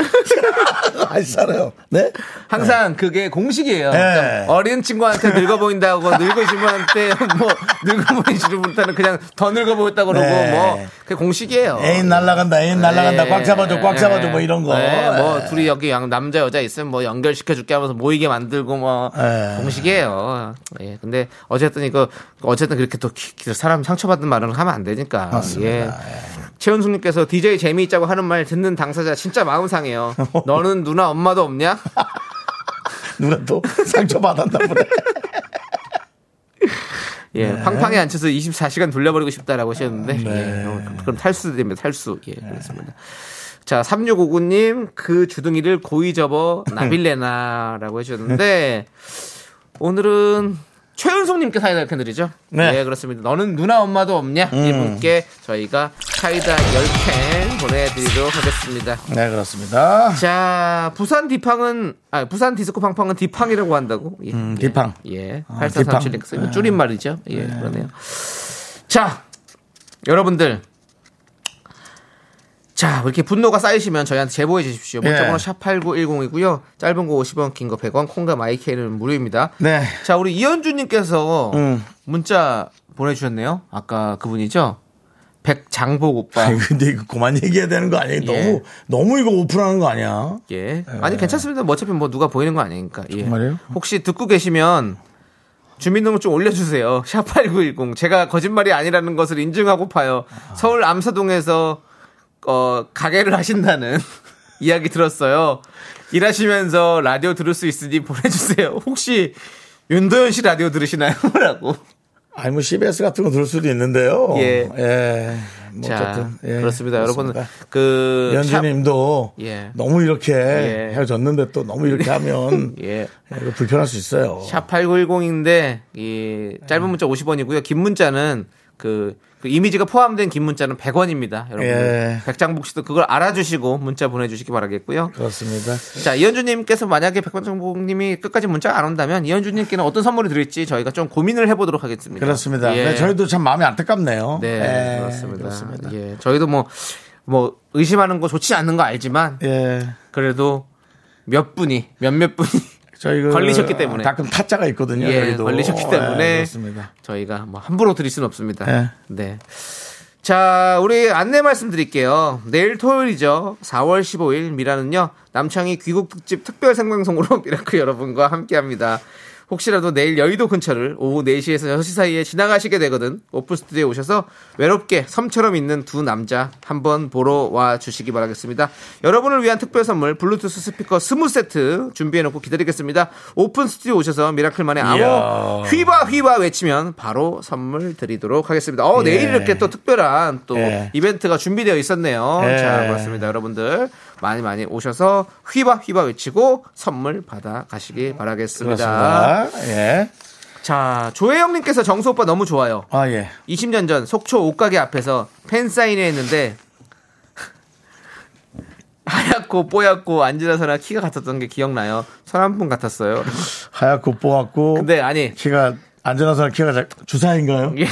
아시잖아요. 네? 항상 그게 공식이에요. 네. 그러니까 어린 친구한테 늙어 보인다고 늙은 친구한테 뭐 늙어 보이지도 못하는 그냥 더 늙어 보였다고 그러고 네. 뭐 그게 공식이에요. 애인 날라간다, 애인 날라간다. 예. 꽉 잡아줘, 꽉 예. 잡아줘. 뭐 이런 거. 예. 뭐 예. 둘이 여기 양- 남자 여자 있으면 뭐 연결시켜 줄게 하면서 모이게 만들고 뭐 예. 공식이에요. 예. 근데 어쨌든 이거 어쨌든 그렇게 또 기- 기- 사람 상처받는 말은 하면 안 되니까. 맞습니다. 네. 예. 최은숙님께서 DJ 재미있자고 하는 말 듣는 당사자 진짜 마음 상해요. 너는 누나 엄마도 없냐? 누가 또 상처받았나 보네. 예, 팡팡에 앉혀서 24시간 돌려버리고 싶다라고 하셨는데 예, 어, 그럼- 그럼 탈수됩니다 탈수 예 그렇습니다 자 3659님 그 주둥이를 고이 접어 나빌레나라고 해주셨는데 오늘은 최은숙님께 사이다 이렇게 드리죠 네. 예 그렇습니다 너는 누나 엄마도 없냐 이분께 저희가 사이다 10캔 보내드리도록 하겠습니다 네, 그렇습니다. 자 부산 디팡은 아 부산 디스코 팡팡은 디팡이라고 한다고 예. 음, 디팡. 예. 아, 8437링크. 뒷방. 이거 줄임말이죠. 예, 그러네요. 자, 여러분들. 자, 뭐 이렇게 분노가 쌓이시면 저희한테 제보해 주십시오. 문자번호 예. 샵8910이고요. 짧은 거 50원, 긴 거 100원, 콩과 마이케는 무료입니다. 네. 자, 우리 이현주님께서 음. 문자 보내주셨네요. 아까 그분이죠. 백장복 오빠. 아니, 근데 이거 그만 얘기해야 되는 거 아니에요? 예. 너무, 너무 이거 오픈하는 거 아니야? 예. 아니 괜찮습니다. 뭐 어차피 뭐 누가 보이는 거 아니니까. 예. 정말요? 혹시 듣고 계시면 주민등록 좀 올려주세요. 샵8910. 제가 거짓말이 아니라는 것을 인증하고 파요. 서울 암사동에서 어, 가게를 하신다는 이야기 들었어요. 일하시면서 라디오 들을 수 있으니 보내주세요. 혹시 윤도현 씨 라디오 들으시나요? 라고. 아니, 뭐, CBS 같은 거 들을 수도 있는데요. 예. 예. 뭐 자, 어쨌든, 예, 그렇습니다. 여러분, 그렇습니다. 그. 샵- 연주님도 예. 너무 이렇게 예. 헤어졌는데 또 너무 이렇게 하면 예. 이거 불편할 수 있어요. 샵 8910인데 이 네. 짧은 문자 50원이고요. 긴 문자는 그, 그 이미지가 포함된 긴 문자는 100원입니다. 여러분. 예. 백장복 씨도 그걸 알아주시고 문자 보내주시기 바라겠고요. 그렇습니다. 자 이현주님께서 만약에 백반장복님이 끝까지 문자 안 온다면 이현주님께는 어떤 선물을 드릴지 저희가 좀 고민을 해보도록 하겠습니다. 그렇습니다. 예. 네, 저희도 참 마음이 안타깝네요. 네, 예, 그렇습니다. 그렇습니다. 예, 저희도 뭐 뭐 의심하는 거 좋지 않는 거 알지만 예. 그래도 몇 분이 몇몇 분이 저희 그 걸리셨기 때문에. 가끔 타짜가 있거든요. 예, 저희도. 걸리셨기 예, 때문에. 그렇습니다. 저희가 뭐 함부로 드릴 수는 없습니다. 네. 네. 자, 우리 안내 말씀드릴게요. 내일 토요일이죠. 4월 15일 미라는요. 남창희 귀국 특집 특별 생방송으로 미라클 여러분과 함께합니다. 혹시라도 내일 여의도 근처를 오후 4시에서 6시 사이에 지나가시게 되거든 오픈 스튜디오에 오셔서 외롭게 섬처럼 있는 두 남자 한번 보러 와 주시기 바라겠습니다. 여러분을 위한 특별 선물 블루투스 스피커 스무 세트 준비해 놓고 기다리겠습니다. 오픈 스튜디오 오셔서 미라클만의 암호 이야. 휘바 휘바 외치면 바로 선물 드리도록 하겠습니다. 어, 예. 내일 이렇게 또 특별한 또 예. 이벤트가 준비되어 있었네요. 예. 자, 그렇습니다. 여러분들 많이 많이 오셔서 휘바 휘바 외치고 선물 받아 가시기 바라겠습니다. 그렇습니다. 예. 자, 조혜영 님께서 정수 오빠 너무 좋아요. 아, 예. 20년 전 속초 옷가게 앞에서 팬 사인회 했는데 하얗고 뽀얗고 앉으나서나 키가 같았던 게 기억나요. 선한분 같았어요. 하얗고 뽀얗고. 근데 아니 키가, 안전하선 키가 작- 주사인가요? 예.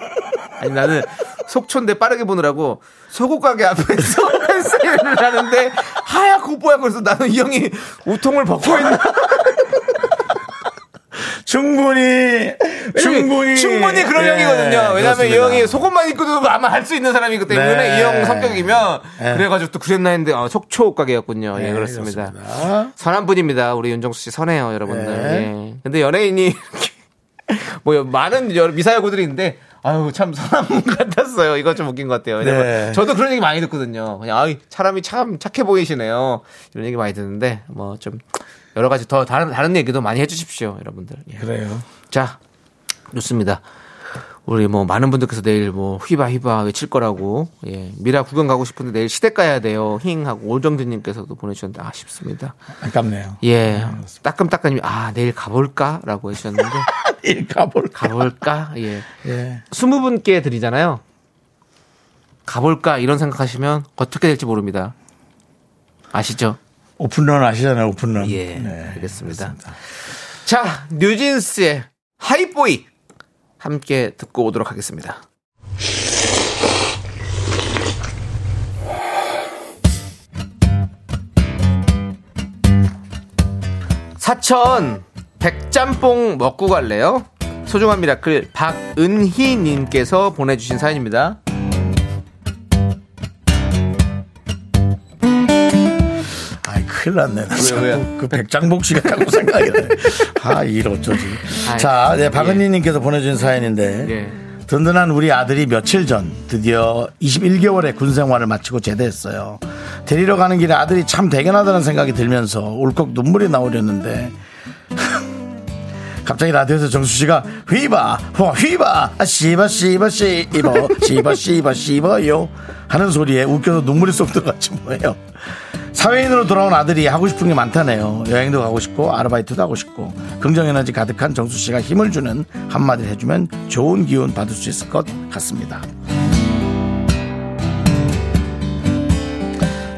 아니 나는 속초인데 빠르게 보느라고 속옷 가게 앞에서 팬사인을 하는데 하얗고 뽀얗고 그래서 나는 이 형이 우통을 벗고 있나 충분히, 충분히. 예. 충분히 그런 예, 형이거든요. 왜냐면 이 그렇습니다. 형이 속옷만 입고도 아마 할 수 있는 사람이기 때문에 네. 이 형 성격이면 예. 그래가지고 또 그랬나 했는데 아, 속초 옷 가게였군요. 예, 예, 그렇습니다. 그렇습니다. 선한 분입니다. 우리 윤정수 씨 선해요, 여러분들. 네. 예. 근데 연예인이 이렇게 뭐 많은 여러 미사여구들이 있는데 아유 참 선한 분 같았어요. 이거 좀 웃긴 것 같아요. 왜냐면 네. 저도 그런 얘기 많이 듣거든요. 그냥 아이 사람이 참 착해 보이시네요. 이런 얘기 많이 듣는데 뭐 좀 여러 가지 더 다른 다른 얘기도 많이 해주십시오, 여러분들. 예. 그래요. 자, 좋습니다. 우리 뭐 많은 분들께서 내일 뭐 휘바 휘바 외칠 거라고 예 미라 구경 가고 싶은데 내일 시댁 가야 돼요 힝 하고 오정진님께서도 보내주셨는데 아쉽습니다 아깝네요. 예 따끔따끔님 아 내일 가볼까라고 해주셨는데 일 가볼까? 가볼까 예 예. 스무 분께 드리잖아요 가볼까 이런 생각하시면 어떻게 될지 모릅니다 아시죠 오픈런 아시잖아요, 오픈런. 예, 네. 알겠습니다. 자, 뉴진스의 하이보이 함께 듣고 오도록 하겠습니다. 사천 백짬뽕 먹고 갈래요? 소중한 미라클 박은희님께서 보내주신 사연입니다. 아이, 큰일 났네. 나 자꾸 왜요? 그 백장복 씨가 자꾸 생각이 나네. 아, 일 어쩌지. 아이, 자, 네, 박은희 님께서 보내준 사연인데. 예. 든든한 우리 아들이 며칠 전 드디어 21개월의 군 생활을 마치고 제대했어요. 데리러 가는 길에 아들이 참 대견하다는 생각이 들면서 울컥 눈물이 나오려는데 갑자기 라디오에서 정수 씨가 휘바 어, 휘바 아, 씨바 씨바 씨바 씨바 씨바 씨바요 하는 소리에 웃겨서 눈물이 쏙 들어갔지 뭐예요. 사회인으로 돌아온 아들이 하고 싶은 게 많다네요. 여행도 가고 싶고 아르바이트도 하고 싶고 긍정 에너지 가득한 정수 씨가 힘을 주는 한마디 를 해주면 좋은 기운 받을 수 있을 것 같습니다.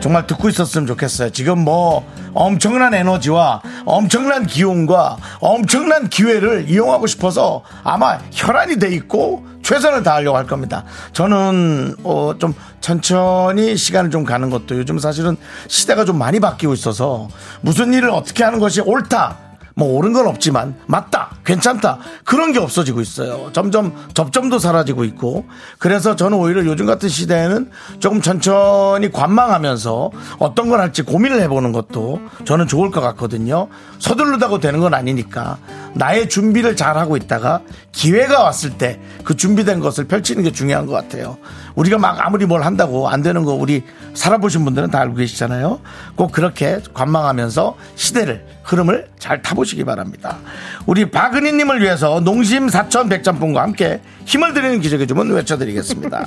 정말 듣고 있었으면 좋겠어요. 지금 뭐 엄청난 에너지와 엄청난 기운과 엄청난 기회를 이용하고 싶어서 아마 혈안이 돼 있고 최선을 다하려고 할 겁니다. 저는 어, 좀 천천히 시간을 좀 가는 것도 요즘 사실은 시대가 좀 많이 바뀌고 있어서 무슨 일을 어떻게 하는 것이 옳다. 뭐 옳은 건 없지만 맞다 괜찮다 그런 게 없어지고 있어요 점점 접점도 사라지고 있고 그래서 저는 오히려 요즘 같은 시대에는 조금 천천히 관망하면서 어떤 걸 할지 고민을 해보는 것도 저는 좋을 것 같거든요 서둘르다고 되는 건 아니니까 나의 준비를 잘 하고 있다가 기회가 왔을 때 그 준비된 것을 펼치는 게 중요한 것 같아요 우리가 막 아무리 뭘 한다고 안 되는 거 우리 살아보신 분들은 다 알고 계시잖아요 꼭 그렇게 관망하면서 시대를 흐름을 잘 타보시기 바랍니다. 우리 박은희님을 위해서 농심 사천 백짬뽕과 함께 힘을 드리는 기적의 주문 외쳐드리겠습니다.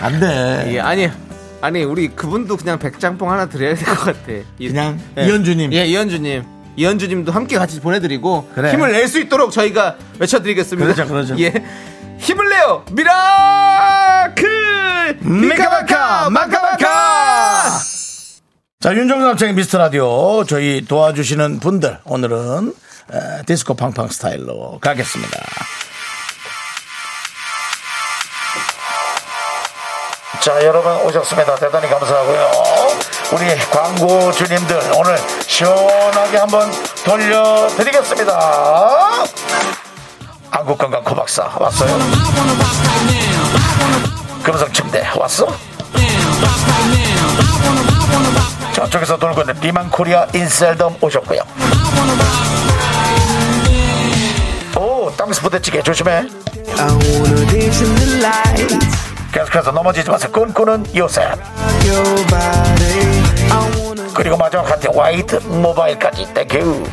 안 돼. 예, 아니, 아니, 우리 그분도 그냥 백장봉 하나 드려야 될 것 같아. 이- 그냥 이현주님. 예, 이현주님. 이현주님도 함께 같이 보내드리고 그래. 힘을 낼 수 있도록 저희가 외쳐드리겠습니다. 그러죠, 그러죠. 예, 힘을 내요, 미라클, 음, 미카마카, 마카마카! 자, 윤정수 남창의 미스터 라디오 저희 도와주시는 분들 오늘은 에, 디스코 팡팡 스타일로 가겠습니다. 자, 여러분 오셨습니다. 대단히 감사하고요. 우리 광고주님들 오늘 시원하게 한번 돌려드리겠습니다. 한국관광 코박사 왔어요. 금성침대 왔어? 저쪽에서 돌고 있는 비만 코리아 인셀덤 오셨고요. 오, 땅스 부대찌개 조심해. 계속해서 넘어지지 마세요. 꿈꾸는 요새. 그리고 마지막 한테 와이드 모바일까지 땡큐.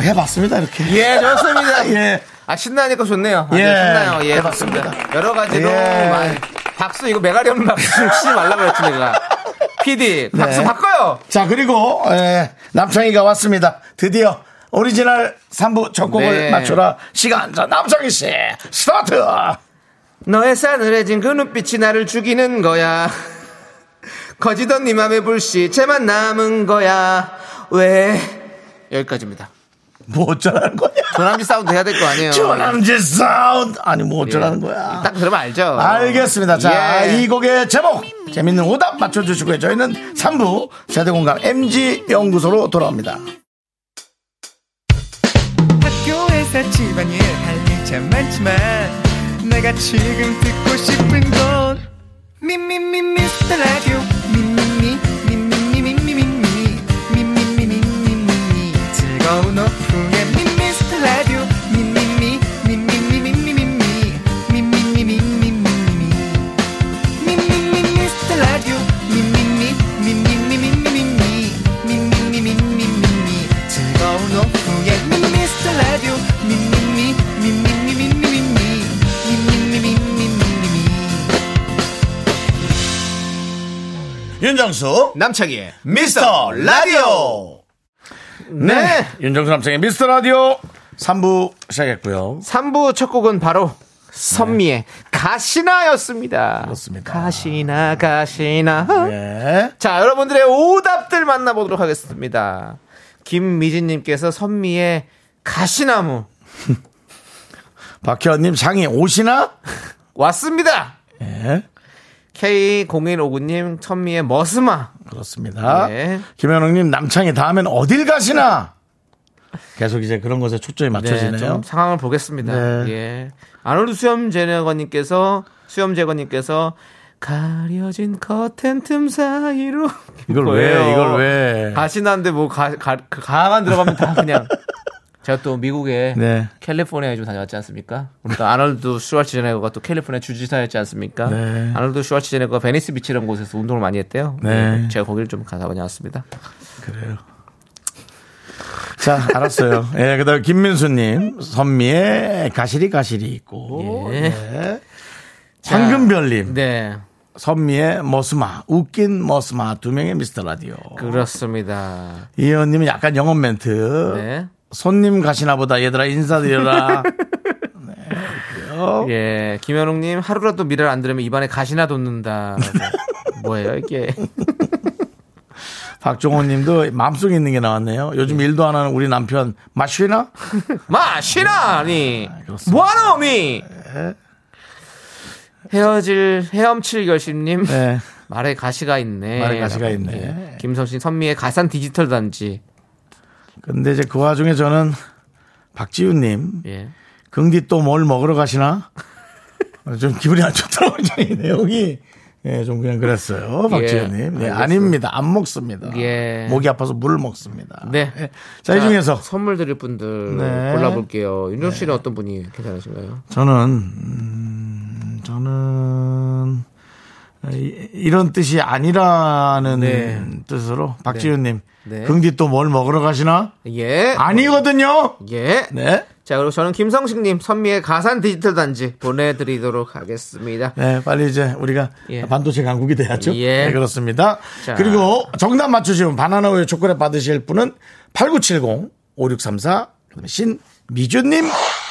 해봤습니다 이렇게. 예, 좋습니다. 예. 아 신나니까 좋네요. 아, 예, 신나요. 예, 해봤습니다. 좋습니다. 여러 가지로 예. 많이- 박수 이거 메가리 없는 박수 좀 치지 말라 그랬지 내가. PD 박수 네. 바꿔요. 자 그리고 에, 남창희가 왔습니다. 드디어 오리지널 3부 첫 곡을 네. 맞춰라 시간 자 남창희 씨 스타트. 너의 싸늘해진 그 눈빛이 나를 죽이는 거야. 거지던 네 맘의 불씨체만 남은 거야. 왜? 여기까지입니다. 뭐 어쩌라는 거냐? 조남지 사운드 해야 될 거 아니에요. 조남지 사운드 아니 뭐 어쩌라는 거야? 예, 딱 들으면 알죠. 알겠습니다. 자, 예. 이 곡의 제목 재밌는 오답 맞춰주시고요. 저희는 3부 세대공감 MG 연구소로 돌아옵니다. 학교에서 집안일 할 일 참 많지만 내가 지금 듣고 싶은 건 미미미 미스터 라디오 미미미 미미미 미미미 미미미 미미미 즐거운 오후에 미스터 라디오 미미미 미미미 미미미 미미미 미미미 윤정수 남창희의 미스터 라디오. 네. 네. 윤정수 남창의 미스터 라디오 3부 시작했고요. 3부 첫 곡은 바로 선미의 가시나였습니다. 네. 그렇습니다. 가시나 가시나. 네. 자, 여러분들의 오답들 만나보도록 하겠습니다. 김미진님께서 선미의 가시나무 박혜원님 장이 옷이나? 왔습니다. 네. K0159님 선미의 머스마 그렇습니다. 네. 김현웅님 남창이 다음엔 어딜 가시나? 계속 이제 그런 것에 초점이 네, 맞춰지네요. 좀 상황을 보겠습니다. 네. 예. 아놀드 수염재건님께서 수염재건님께서 가려진 커튼 틈 사이로 이걸 뭐예요? 아. 왜, 이걸 왜. 가시나인데 그 뭐가가가안 들어가면 다 그냥 제가 또 미국에 네. 캘리포니아에 좀 다녀왔지 않습니까? 우리 또 아놀드 슈왈츠제네거가 또 캘리포니아 주지사였지 않습니까? 네. 아놀드 슈왈츠제네거가 베니스 비치라는 곳에서 운동을 많이 했대요. 네. 예, 제가 거기를 좀 가다 다녀왔습니다. 그래요. 자, 알았어요. 예, 그 다음에 김민수님, 선미의 가시리 가시리 있고. 예. 예. 황금별님, 네, 선미의 머스마, 웃긴 머스마 두 명의 미스터 라디오. 그 그렇습니다. 이현님은 약간 영업 멘트. 네. 손님 가시나 보다. 얘들아, 인사드려라. 예, 김현웅님 하루라도 미래를 안 들으면 입안에 가시나 돋는다. 뭐예요 이게? 박종호 님도 마음속에 있는 게 나왔네요. 요즘 일도 안 하는 우리 남편, 마시나? 마시나니 아, 그렇습니다. 예. 뭐하노미 헤어질 헤엄칠 결심님 네. 말에 가시가 있네. 말에 가시가 라고. 있네. 예. 김성신 선미의 가산 디지털 단지. 근데 이제 그 와중에 저는 박지윤 님, 예. 긍디 또 뭘 먹으러 가시나? 좀 기분이 안 좋더라고요. 저희 내용이. 예, 좀 그냥 그랬어요. 박지현님. 예, 예, 알겠어요. 아닙니다. 안 먹습니다. 예. 목이 아파서 물을 먹습니다. 네. 예. 자, 이 중에서 선물 드릴 분들 네. 골라볼게요. 윤종 씨는 어떤 분이 괜찮으신가요? 저는 음, 저는 이- 이런 뜻이 아니라는 네. 뜻으로 박지윤님 네. 긍디 또 뭘 먹으러 가시나 예. 아. 아니거든요. 예. 네. 자, 그리고 저는 김성식님 선미의 가산 디지털 단지 보내드리도록 하겠습니다. 네, 빨리 이제 우리가 예. 반도체 강국이 돼야죠. 예. 네, 그렇습니다. 자. 그리고 정답 맞추시면 바나나 우유 초콜릿 받으실 분은 8970-5634, 그다음에 신미주님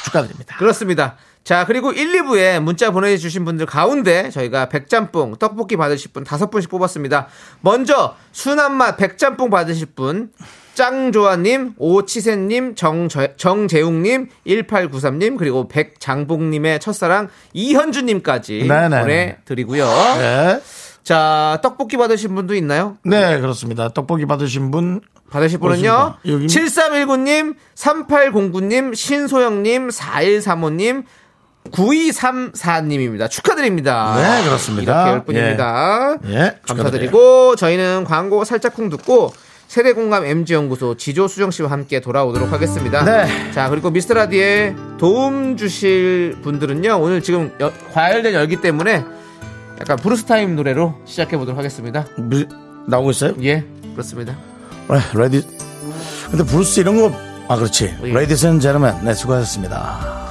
축하드립니다. 그렇습니다. 자, 그리고 1, 2부에 문자 보내주신 분들 가운데 저희가 백짬뽕, 떡볶이 받으실 분 다섯 분씩 뽑았습니다. 먼저, 순한맛 백짬뽕 받으실 분, 짱조아님, 오치세님, 정재- 정재웅님, 1893님, 그리고 백장봉님의 첫사랑 이현주님까지 네네. 보내드리고요. 네. 자, 떡볶이 받으신 분도 있나요? 네, 그렇습니다. 떡볶이 받으신 분 받으실 분은요. 맞습니다. 여기- 7319님, 3809님, 신소영님, 4135님, 9234님입니다. 축하드립니다. 네, 그렇습니다. 이렇게 10분입니다. 예. 예, 감사드리고 저희는 광고 살짝쿵 듣고 세대공감 MG연구소 지조수정씨와 함께 돌아오도록 하겠습니다. 네. 자, 그리고 미스터라디에 도움 주실 분들은요. 오늘 지금 여- 과열된 열기 때문에 약간 브루스타임 노래로 시작해보도록 하겠습니다. 네. 미- 나오고 있어요? 예, 그렇습니다. 네, 레디. 근데 브루스 이런 거. 아, 그렇지. 예. 레디스 앤 제르맨. 네, 수고하셨습니다.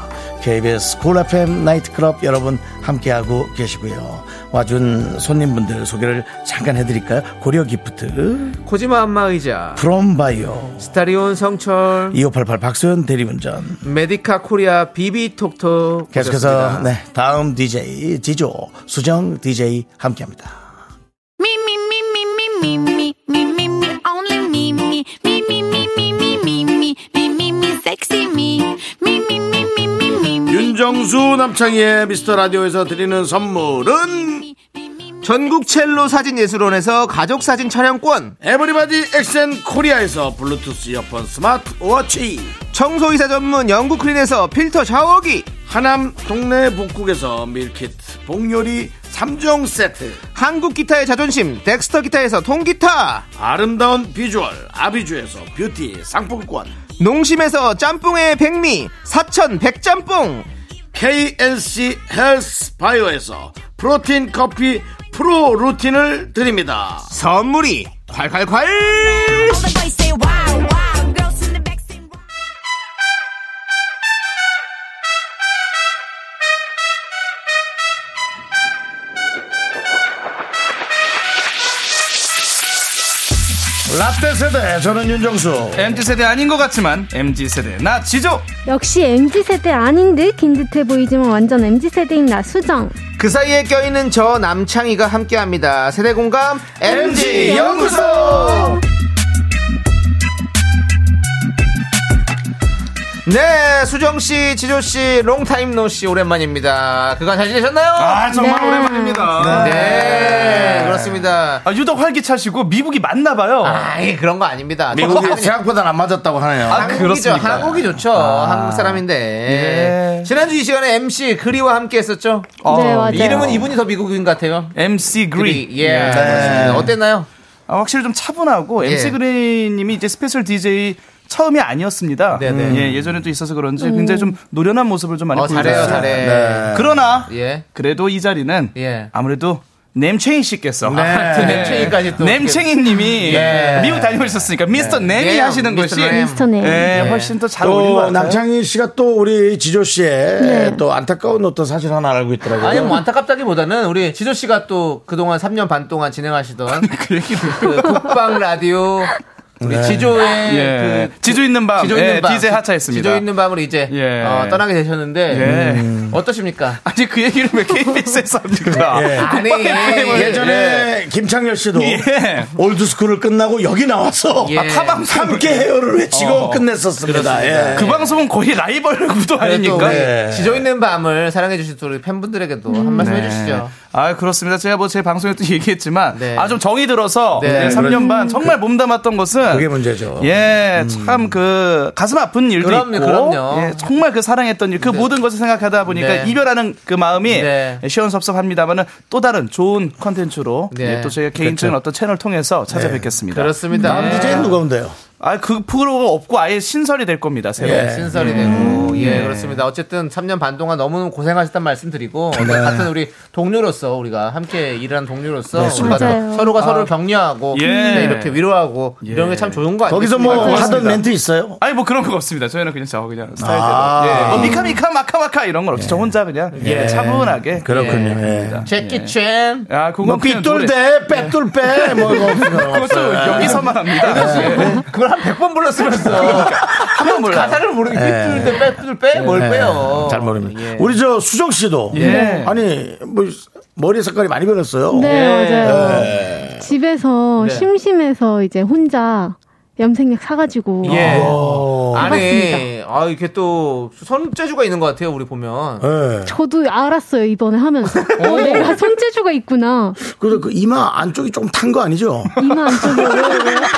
KBS 쿨 FM 나이트클럽 여러분 함께하고 계시고요. 와준 손님분들 소개를 잠깐 해드릴까요? 고려 기프트, 코지마 안마 의자. 프롬바이오, 스타리온 성철 2588 박소연 대리운전. 메디카 코리아 비비톡톡 계속해서 오셨습니다. 네, 다음 DJ 지조 수정 DJ 함께합니다. Me, me, me, me, me, me, me, me, me, me, only me, me, me, me, me, me, me, me, me, me, me, me, sexy me, me, me, me, me, me, me, me, 윤정수 남창희의 미스터 라디오에서 드리는 선물은 전국 첼로 사진예술원에서 가족사진 촬영권 에브리바디 엑센 코리아에서 블루투스 이어폰 스마트 워치 청소이사 전문 영국클린에서 필터 샤워기 하남 동네 북국에서 밀키트 복요리 3종 세트 한국기타의 자존심 덱스터기타에서 통기타 아름다운 비주얼 아비주에서 뷰티 상품권 농심에서 짬뽕의 백미 사천 백짬뽕 KNC 헬스 바이오에서 프로틴 커피 프로 루틴을 드립니다 선물이 콸콸콸 all the boys say wow, wow, girls in the back say wow. 라떼 세대 저는 윤정수 MZ 세대 아닌 것 같지만 MZ 세대 나 지조. 역시 MZ세대 아닌 듯 긴 듯해 보이지만 완전 MZ세대인 나 수정 그 사이에 껴있는 저 남창희가 함께합니다. 세대 공감 MG 연구소. 네, 수정 씨, 지조 씨, 롱타임 노 씨 오랜만입니다. 그간 잘 지내셨나요? 아 네. 정말 아, 오랜만입니다. 네, 그렇습니다. 아, 유독 활기차시고 미국이 맞나 봐요. 아이 그런 거 아닙니다. 미국이 생각보다 안 맞았다고 하네요 아. 아, 한국이죠. 그렇습니까? 한국이 좋죠. 한국 사람인데. 예. 지난주 이 시간에 MC 그리와 함께 했었죠. 네 맞아요 이름은 이분이 더 미국인 같아요. MC 그린. 그리. 예. 그렇습니다. 어땠나요? 아, 확실히 좀 예. 차분하고 MC 그린님이 이제 스페셜 DJ 처음이 아니었습니다. 네네. 예, 예전에도 있어서 그런지 굉장히 좀 노련한 모습을 좀 많이 어, 잘해요, 보여줬어요. 잘해. 네. 네. 그러나 예. 그래도 이 자리는 예. 네. 아무래도 nem챙이 씨께서 냄챙이까지 또. 냄챙이님이 네. 미국 다녀오셨으니까 미스터 냄이 예, 하시는 미스터 것이 냄. 미스터 네. 예, 훨씬 더 잘 어울리는 것 또 같아요. 남창희 씨가 또 우리 지조 씨의 네. 또 안타까운 어떤 사실 하나 알고 있더라고요 아니 뭐 안타깝다기보다는 우리 지조 씨가 또 그동안 3년 반 동안 진행하시던 그 얘기를 그 국방 라디오 우리 지조의 네. 예. 그 지조 있는 밤, 지조 예, 있는 밤, DJ 하차했습니다. 지조 있는 밤으로 이제 예. 어, 떠나게 되셨는데 음, 예. 어떠십니까? 아니 그 얘기를 왜 KBS에서 합니까? 예. 아니 예전에 김창렬 씨도 예. 올드스쿨을 끝나고 여기 나와서 예. 아, 타방 함께 헤어를 외치고 끝냈었습니다. 예. 그 방송은 거의 라이벌 구도 아닙니까? 예. 네. 지조 있는 밤을 사랑해주신 우리 팬분들에게도 한 말씀 해주시죠. 아 그렇습니다. 제가 뭐 제 방송에 또 얘기했지만 네. 아 좀 정이 들어서 네. 뭐- 3년 반 정말 몸 담았던 것은 그게 문제죠. 예, 참 그 가슴 아픈 일도 음. 그럼요, 있고, 그럼요. 예, 정말 그 사랑했던 일, 그 모든 것을 생각하다 보니까 네. 이별하는 그 마음이 네. 시원섭섭합니다만은 또 다른 좋은 컨텐츠로 네. 예, 또 저희가 개인적인 어떤 채널 통해서 찾아뵙겠습니다. 그렇습니다. 네. 이제 누가 온대요? 아, 그 프로가 없고 아예 신설이 될 겁니다, 새로. 예. 네, 신설이 음. 되고 예, 그렇습니다. 어쨌든 3년 반 동안 너무너무 고생하셨단 말씀드리고 네. 같은 우리 동료로서 우리가 함께 일하는 동료로서 네, 우리가 맞아요. 또 서로가 서로를 격려하고 예. 네, 이렇게 위로하고 이런 게 참 좋은 거 아니에요? 예. 거기서 뭐 하던 고맙습니다. 멘트 있어요? 아니 뭐 그런 거 없습니다. 저희는 그냥 저 그냥 스타일대로. 아. 예. 예. 뭐 미카 미카 마카 마카 이런 건 없이 저 혼자 그냥 차분하게. 그렇군요. 예. 제키챈 아, 그건 뭐 그냥 노래. 예. 삐뚤대, 예. 빼뚤빼 뭐 이거 그것도 여기서만 합니다. 예. 그걸 한 100번 불렀으면서 그러니까. 한번 몰라. 가사를 모르게 삐뚤 때 빼뚤 빼뭘 빼요. 예. 잘 모릅니다. 우리 저 수정 씨도 예. 아니 뭐 머리 색깔이 많이 변했어요. 예. 네 맞아요 집에서 네. 심심해서 이제 혼자 염색약 사가지고 예. 어. 아니, 아 이렇게 또 손재주가 있는 것 같아요. 우리 어, 보면. 예. 저도 알았어요 이번에 하면서 어, 내가 손재주가 있구나 그래서 그 이마 안쪽이 조금 탄 거 아니죠? 이마 안쪽에 왜왜타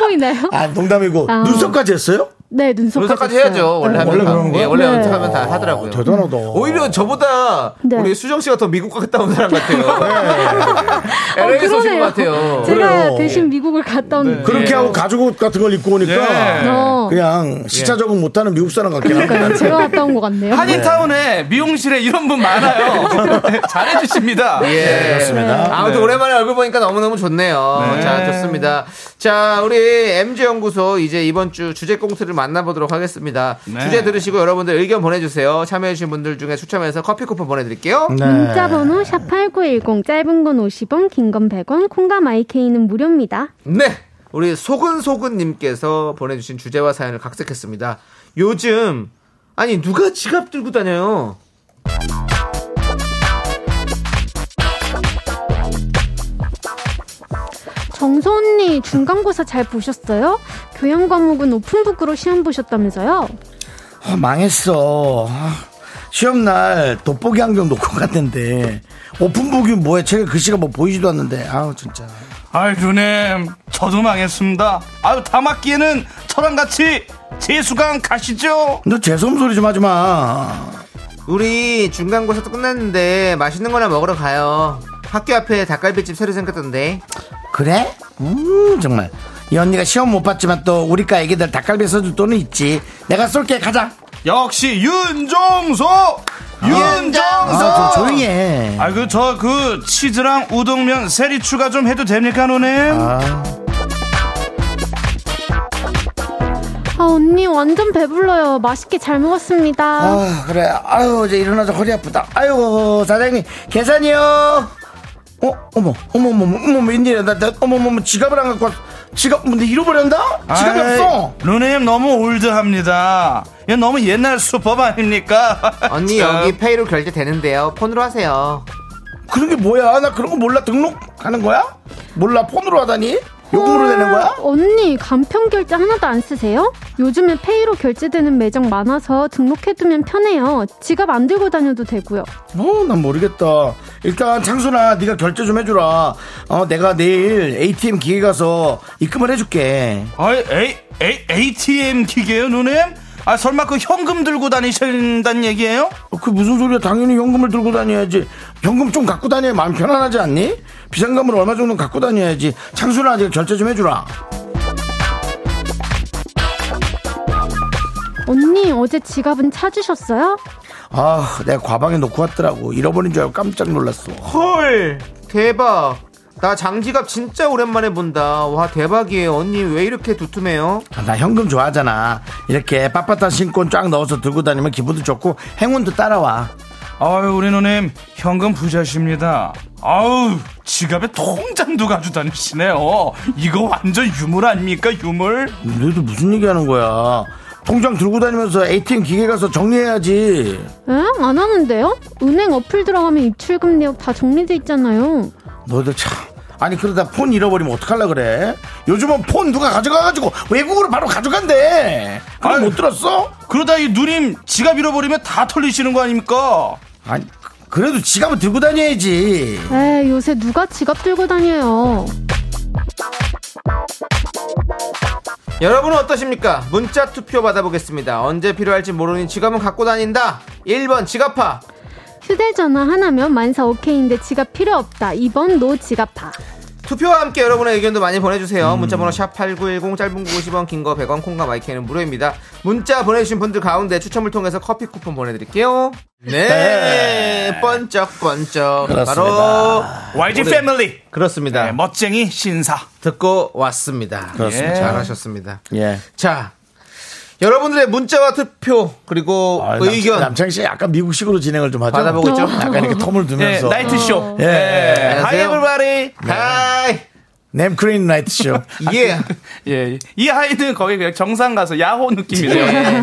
보이나요? 아 농담이고 아. 눈썹까지 했어요? 네 눈썹까지, 눈썹까지 했어요. 해야죠. 원래 어, 하면 원래 다. 그런 거야? 예, 원래 네. 연습하면 다 하더라고요. 어, 대단하다. 오히려 저보다 네. 우리 수정 씨가 더 미국 갔다 온 사람 같아요. LA에서 오신 그러네요. 것 같아요. 제가 그래요. 대신 미국을 갔다 네. 온 느낌. 그렇게 하고 가죽 옷 같은 걸 입고 오니까 예. 어, 그냥 시차 적응 못하는 미국 사람 같긴 그러니까요. 한데. 제가 갔다 온 것 같네요. 한인타운에 미용실에 이런 분 많아요. 네, 잘해주십니다. 예. 그렇습니다. 아무튼 오랜만에 얼굴 보니까 너무너무 좋네요. 자, 좋습니다. 자, 우리 MG연구소 이제 이번 주 주제 꽁트를 만나보도록 하겠습니다. 네. 주제 들으시고 여러분들 의견 보내주세요. 참여해주신 분들 중에 추첨해서 커피 쿠폰 보내드릴게요. 네. 문자번호 샵8910 짧은 건 50원, 긴 건 100원, 콩과 마이케이는 무료입니다. 네. 우리 소근소근님께서 보내주신 주제와 사연을 각색했습니다. 요즘, 아니, 누가 지갑 들고 다녀요? 정소 언니 중간고사 잘 보셨어요? 교양 과목은 오픈북으로 시험 보셨다면서요? 아, 망했어. 아, 시험날 돋보기 안경 놓고 갔는데 오픈북이 뭐야? 제가 글씨가 뭐 보이지도 않는데. 아우 진짜. 아이 누님 저도 망했습니다. 아유 다막기에는 저랑 같이 재수강 가시죠. 너 죄송 소리 좀 하지 마. 우리 중간고사도 끝났는데 맛있는 거나 먹으러 가요. 학교 앞에 닭갈비집 새로 생겼던데. 그래? 음 정말. 이 언니가 시험 못 봤지만 또 우리과 애기들 닭갈비 써줄 돈은 있지. 내가 쏠게 가자. 역시 윤종소 윤종소. 아, 좀 조용히 해. 아그 저 그 치즈랑 우동면 세리 추가 좀 해도 됩니까 누님? 아, 언니 완전 배불러요. 맛있게 잘 먹었습니다. 아 그래 아유 이제 일어나서 허리 아프다 아유 사장님 계산이요 어 어머 어머 어머 어머 웬일이야 나, 나 어머 어머 지갑을 안 갖고 왔어 지갑 근데 잃어버렸나? 지갑이 아이, 없어. 누님 너무 올드합니다. 이거 너무 옛날 수법 아닙니까? 언니 참. 여기 페이로 결제되는데요. 폰으로 하세요. 그런 게 뭐야? 나 그런 거 몰라. 등록하는 거야? 몰라. 폰으로 하다니? 요금으로 되는 거야? 어, 언니 간편 결제 하나도 안 쓰세요? 요즘에 페이로 결제되는 매장 많아서 등록해두면 편해요. 지갑 안 들고 다녀도 되고요. 어, 난 모르겠다. 일단 창순아, 네가 결제 좀 해주라. 어, 내가 내일 ATM 기계 가서 입금을 해줄게. 아이, 에이, 에이, ATM 기계요, 누님? 아, 설마 그 현금 들고 다니신다는 얘기예요? 어, 그 무슨 소리야? 당연히 현금을 들고 다녀야지. 현금 좀 갖고 다녀야 마음 편안하지 않니? 비상금을 얼마 정도 갖고 다녀야지. 창순아, 네가 결제 좀 해주라. 언니 어제 지갑은 찾으셨어요? 아, 내가 과방에 놓고 왔더라고. 잃어버린 줄 알고 깜짝 놀랐어. 헐 대박. 나 장지갑 진짜 오랜만에 본다. 와 대박이에요. 언니 왜 이렇게 두툼해요? 아, 나 현금 좋아하잖아. 이렇게 빳빳한 신권 쫙 넣어서 들고 다니면 기분도 좋고 행운도 따라와. 아유, 우리 누님, 현금 부자십니다. 아우, 지갑에 통장도 가지고 다니시네요. 이거 완전 유물 아닙니까, 유물? 너희들 무슨 얘기하는 거야? 통장 들고 다니면서 ATM 기계 가서 정리해야지. 응? 안 하는데요? 은행 어플 들어가면 입출금 내역 다 정리돼 있잖아요. 너희들 참. 아니 그러다 폰 잃어버리면 어떡하려 그래? 요즘은 폰 누가 가져가가지고 외국으로 바로 가져간대. 그걸 아유. 못 들었어? 그러다 이 누님 지갑 잃어버리면 다 털리시는 거 아닙니까? 아니 그래도 지갑은 들고 다녀야지. 에 요새 누가 지갑 들고 다녀요. 여러분은 어떠십니까? 문자 투표 받아보겠습니다. 언제 필요할지 모르니 지갑은 갖고 다닌다. 1번 지갑파. 휴대전화 하나면 만사 오케이인데 지갑 필요 없다. 2번 노 지갑파. 투표와 함께 여러분의 의견도 많이 보내주세요. 음. 문자번호 샵 8910 짧은 거 50원 긴 거 100원 콩과 마이크는 무료입니다. 문자 보내주신 분들 가운데 추첨을 통해서 커피 쿠폰 보내드릴게요. 네, 네. 번쩍번쩍 그렇습니다. 바로 YG 오늘- 패밀리 그렇습니다. 네, 멋쟁이 신사 듣고 왔습니다. 그렇습니다. 예. 잘하셨습니다. 예. 자, 여러분들의 문자와 투표 그리고 아, 남- 의견 남창희 씨 약간 미국식으로 진행을 좀 하죠. 어. 받아보고 있죠. 네, 약간 이렇게 텀을 예, 두면서. 나이트 쇼. 예. 어. 안녕하세요. 네. 하이브바리. 하이, nem크린 네, 나이트 쇼. 예. 예, 이 하이는 거의 그냥 정상 가서 야호 느낌이네요. 예.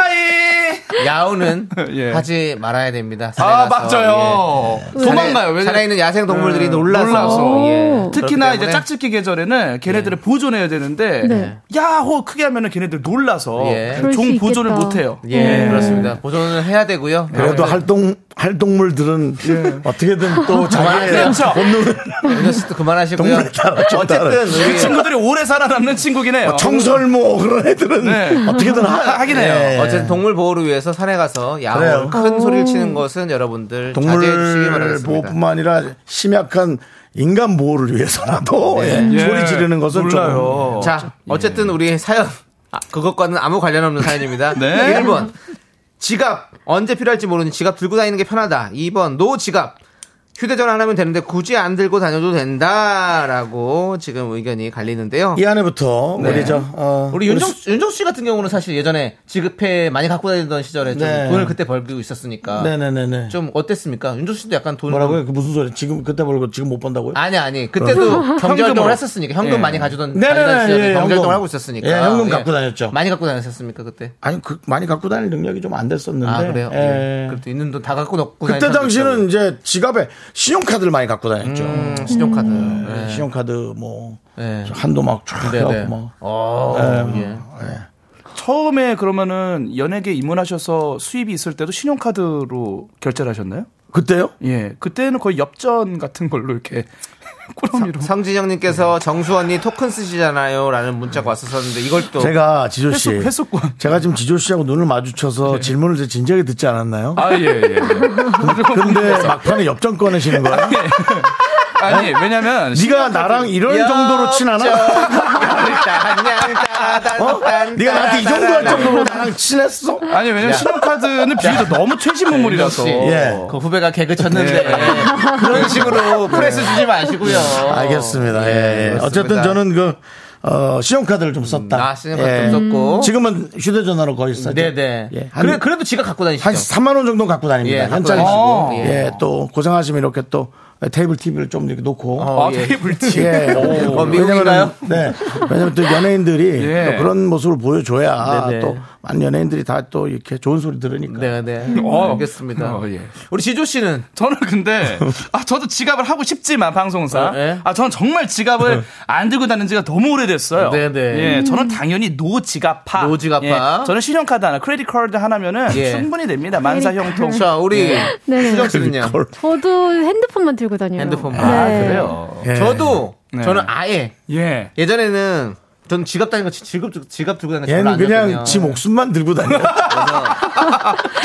하이. 야우는 예. 하지 말아야 됩니다. 산에 아 가서. 맞아요. 예. 도망가요. 산에, 왜냐 산에 있는 야생 동물들이 놀라서. 놀라서. 예. 특히나 그렇기 이제 때문에 예. 짝짓기 계절에는 걔네들을 보존해야 되는데 네. 야호 크게 하면은 걔네들 놀라서 예. 그럴 종 수 보존을 있겠다. 못해요. 예, 그렇습니다. 보존을 해야 되고요. 그래도 할동 할동물들은 어떻게든 또 자기의 그렇죠. 본능을 윤정씨도 네, 그만하시고요. 동물에 따라 좀 따라. 어쨌든 네. 그 우리 친구들이 오래 살아남는 친구긴 어, 해요. 청설모 그런 애들은 네. 어떻게든 하, 하긴 해요. 예. 어쨌든 동물 보호를 위해서 산에 가서 야호 그래요. 큰 소리를 치는 것은 여러분들 자제해 주시기 동물 바라겠습니다. 보호뿐만 아니라 심약한 인간 보호를 위해서라도 네. 예. 예. 소리 지르는 것은 좀 몰라요. 자, 어쨌든 우리 사연 아, 그것과는 아무 관련 없는 사연입니다. 네. 1번 지갑 언제 필요할지 모르니 지갑 들고 다니는 게 편하다. 2번 노 지갑 휴대전화 하나면 되는데 굳이 안 들고 다녀도 된다라고 지금 의견이 갈리는데요. 이 안에부터 네. 우리 저 어, 우리 윤정 윤정 씨 같은 경우는 사실 예전에 지급해 많이 갖고 다니던 시절에 좀 네. 돈을 그때 벌고 있었으니까 네네네네 좀 어땠습니까? 윤정 씨도 약간 돈 뭐라고요? 그 무슨 소리? 지금 그때 벌고 지금 못 번다고요? 아니 아니 그때도 경제 활동을 했었으니까 현금 많이 가져던 어. 예. 네네네, 다니던 시절에 예, 경제 현금. 활동을 하고 있었으니까 예, 현금 갖고 다녔죠. 많이 갖고 다녔었습니까 그때? 아니 그 많이 갖고 다닐 능력이 좀 안 됐었는데. 아 그래요? 예. 예. 그래도 있는 돈 다 갖고 넣고 그때 다니는 사람도 당시는 이제 지갑에 신용카드를 많이 갖고 다녔죠. 있더라고요. 음, 신용카드. 예, 신용카드 뭐 네. 한도 네, 막쫙 네. 해갖고 막 어, 예, 예. 처음에 그러면은 연예계 입문하셔서 수입이 있을 때도 신용카드로 결제를 하셨나요? 그때요? 예, 그때는 거의 엽전 같은 걸로 이렇게 꾸러미로. 예. 성진영님께서 정수 언니 토큰 쓰시잖아요라는 문자가 왔었었는데 이걸 또 제가 지조 씨, 회수- 회수권. 제가 지금 지조 씨하고 눈을 마주쳐서 질문을 제 진지하게 듣지 않았나요? 아, 예, 예. 예. 그, 근데 막판에 엽전 꺼내시는 거야? 아니, 왜냐면. 네가 나랑 이런 정도로 친하나? 어? 네가 나한테 이 정도 할 정도로 나랑 친했어? 아니, 왜냐면 신용카드는 비교적 너무 최신문물이라서. 예. 그 후배가 개그 쳤는데 네. 예. 그런 식으로 프레스 주지 마시고요. 알겠습니다. 예, 예, 예. 어쨌든 그렇습니다. 저는 그 어, 신용카드를 좀 썼다. 예. 음, 아, 신용카드 좀 썼고. 지금은 휴대전화로 거의 쓰죠. 네네. 예, 한- 그래, 그래도 지가 갖고 다니시죠. 한 3만 원 정도 는 갖고 다닙니다. 예, 갖고 현짜리 다니시고. 쓰고. 예. 예, 또 고생하시면 이렇게 또 테이블 TV를 좀 이렇게 놓고. 어, 아, 예. 테이블 TV. 예. 오. 어, 왜냐면은, 미국인가요? 네. 왜냐면 또 연예인들이 예. 또 그런 모습을 보여줘야 네네. 또 많은 연예인들이 다 또 이렇게 좋은 소리 들으니까. 네, 네. 어. 알겠습니다. 어, 예. 우리 지조 씨는 저는 근데 아 저도 지갑을 하고 싶지만 방송사 어, 예. 아 저는 정말 지갑을 안 들고 다니는 지가 너무 오래됐어요. 네네. 예, 저는 당연히 노 지갑파. 노 지갑파. 예, 저는 신용카드 하나, 크레딧 카드 하나면은 예. 충분히 됩니다. 만사 형통. 자, 우리 네. 음. 수정 씨는요. 걸- 저도 핸드폰만 들고 다녀요. 핸드폰만. 아 네. 그래요. 예. 저도 네. 저는 아예 예. 예전에는 전 지갑 다니는 거 지- 지갑 들- 지갑 들고 다니는 거 별로 얘는 안 그냥 좋거든요. 지 목숨만 들고 다녀.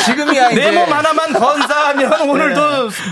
지금이야 이제 네. 내 몸 하나만 건사하면 오늘도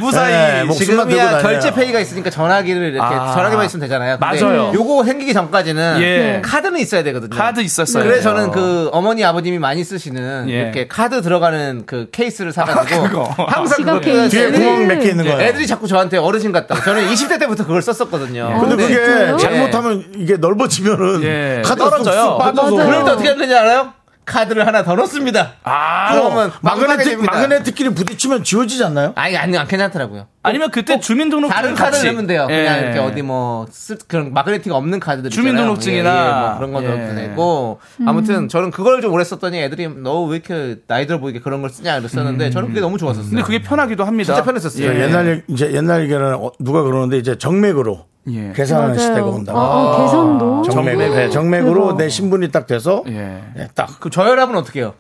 무사히. 네, 뭐- 목숨만 들고 지금이야 다녀요. 결제 페이가 있으니까 전화기를 이렇게 아. 전화기만 있으면 되잖아요. 근데 음. 맞아요. 요거 생기기 전까지는 예. 카드는 있어야 되거든요. 카드 있었어요. 그래 서 저는 그 어머니 아버님이 많이 쓰시는 예. 이렇게 카드 들어가는 그 케이스를 사가지고 그거. 항상 지갑 그거 케이스. 뒤에 네. 구멍 몇 개 있는 거야. 애들이 자꾸 저한테 어르신 같다. 저는 20대 때부터 그걸 썼었거든요. 아, 근데 네. 그게 진짜요? 잘못하면 이게 넓어지면은 예. 카드 떨어져요. 빠져서 맞아요. 그럴 때 어떻게 하는지 알아요? 카드를 하나 더 넣습니다. 아. 어, 그러면 어, 마그네틱 됩니다. 마그네틱끼리 부딪히면 지워지지 않나요? 아니 아니 안 괜찮더라고요. 아니면 그때 주민등록증 다른 같이. 카드 넣으면 돼요. 그냥 예. 이렇게 어디 뭐 쓰- 그런 마그네틱 없는 카드들 주민등록증이나 있잖아요. 예, 예, 뭐 그런 거 넣어도 예. 되고 음. 아무튼 저는 그걸 좀 오래 썼더니 애들이 너 왜 이렇게 나이 들어 보이게 그런 걸 쓰냐 이랬었는데 저는 그게 너무 좋았었어요. 음. 근데 그게 편하기도 합니다. 진짜 편했었어요. 예. 옛날 얘기- 이제 옛날 얘기는 어, 누가 그러는데 이제 정맥으로 예. 계산하는 맞아요. 시대가 온다고. 아, 어, 아, 계산도. 정맥으로 네, 정맥으로 대박. 내 신분이 딱 돼서 예. 네, 딱 그 저혈압은 어떻게 해요?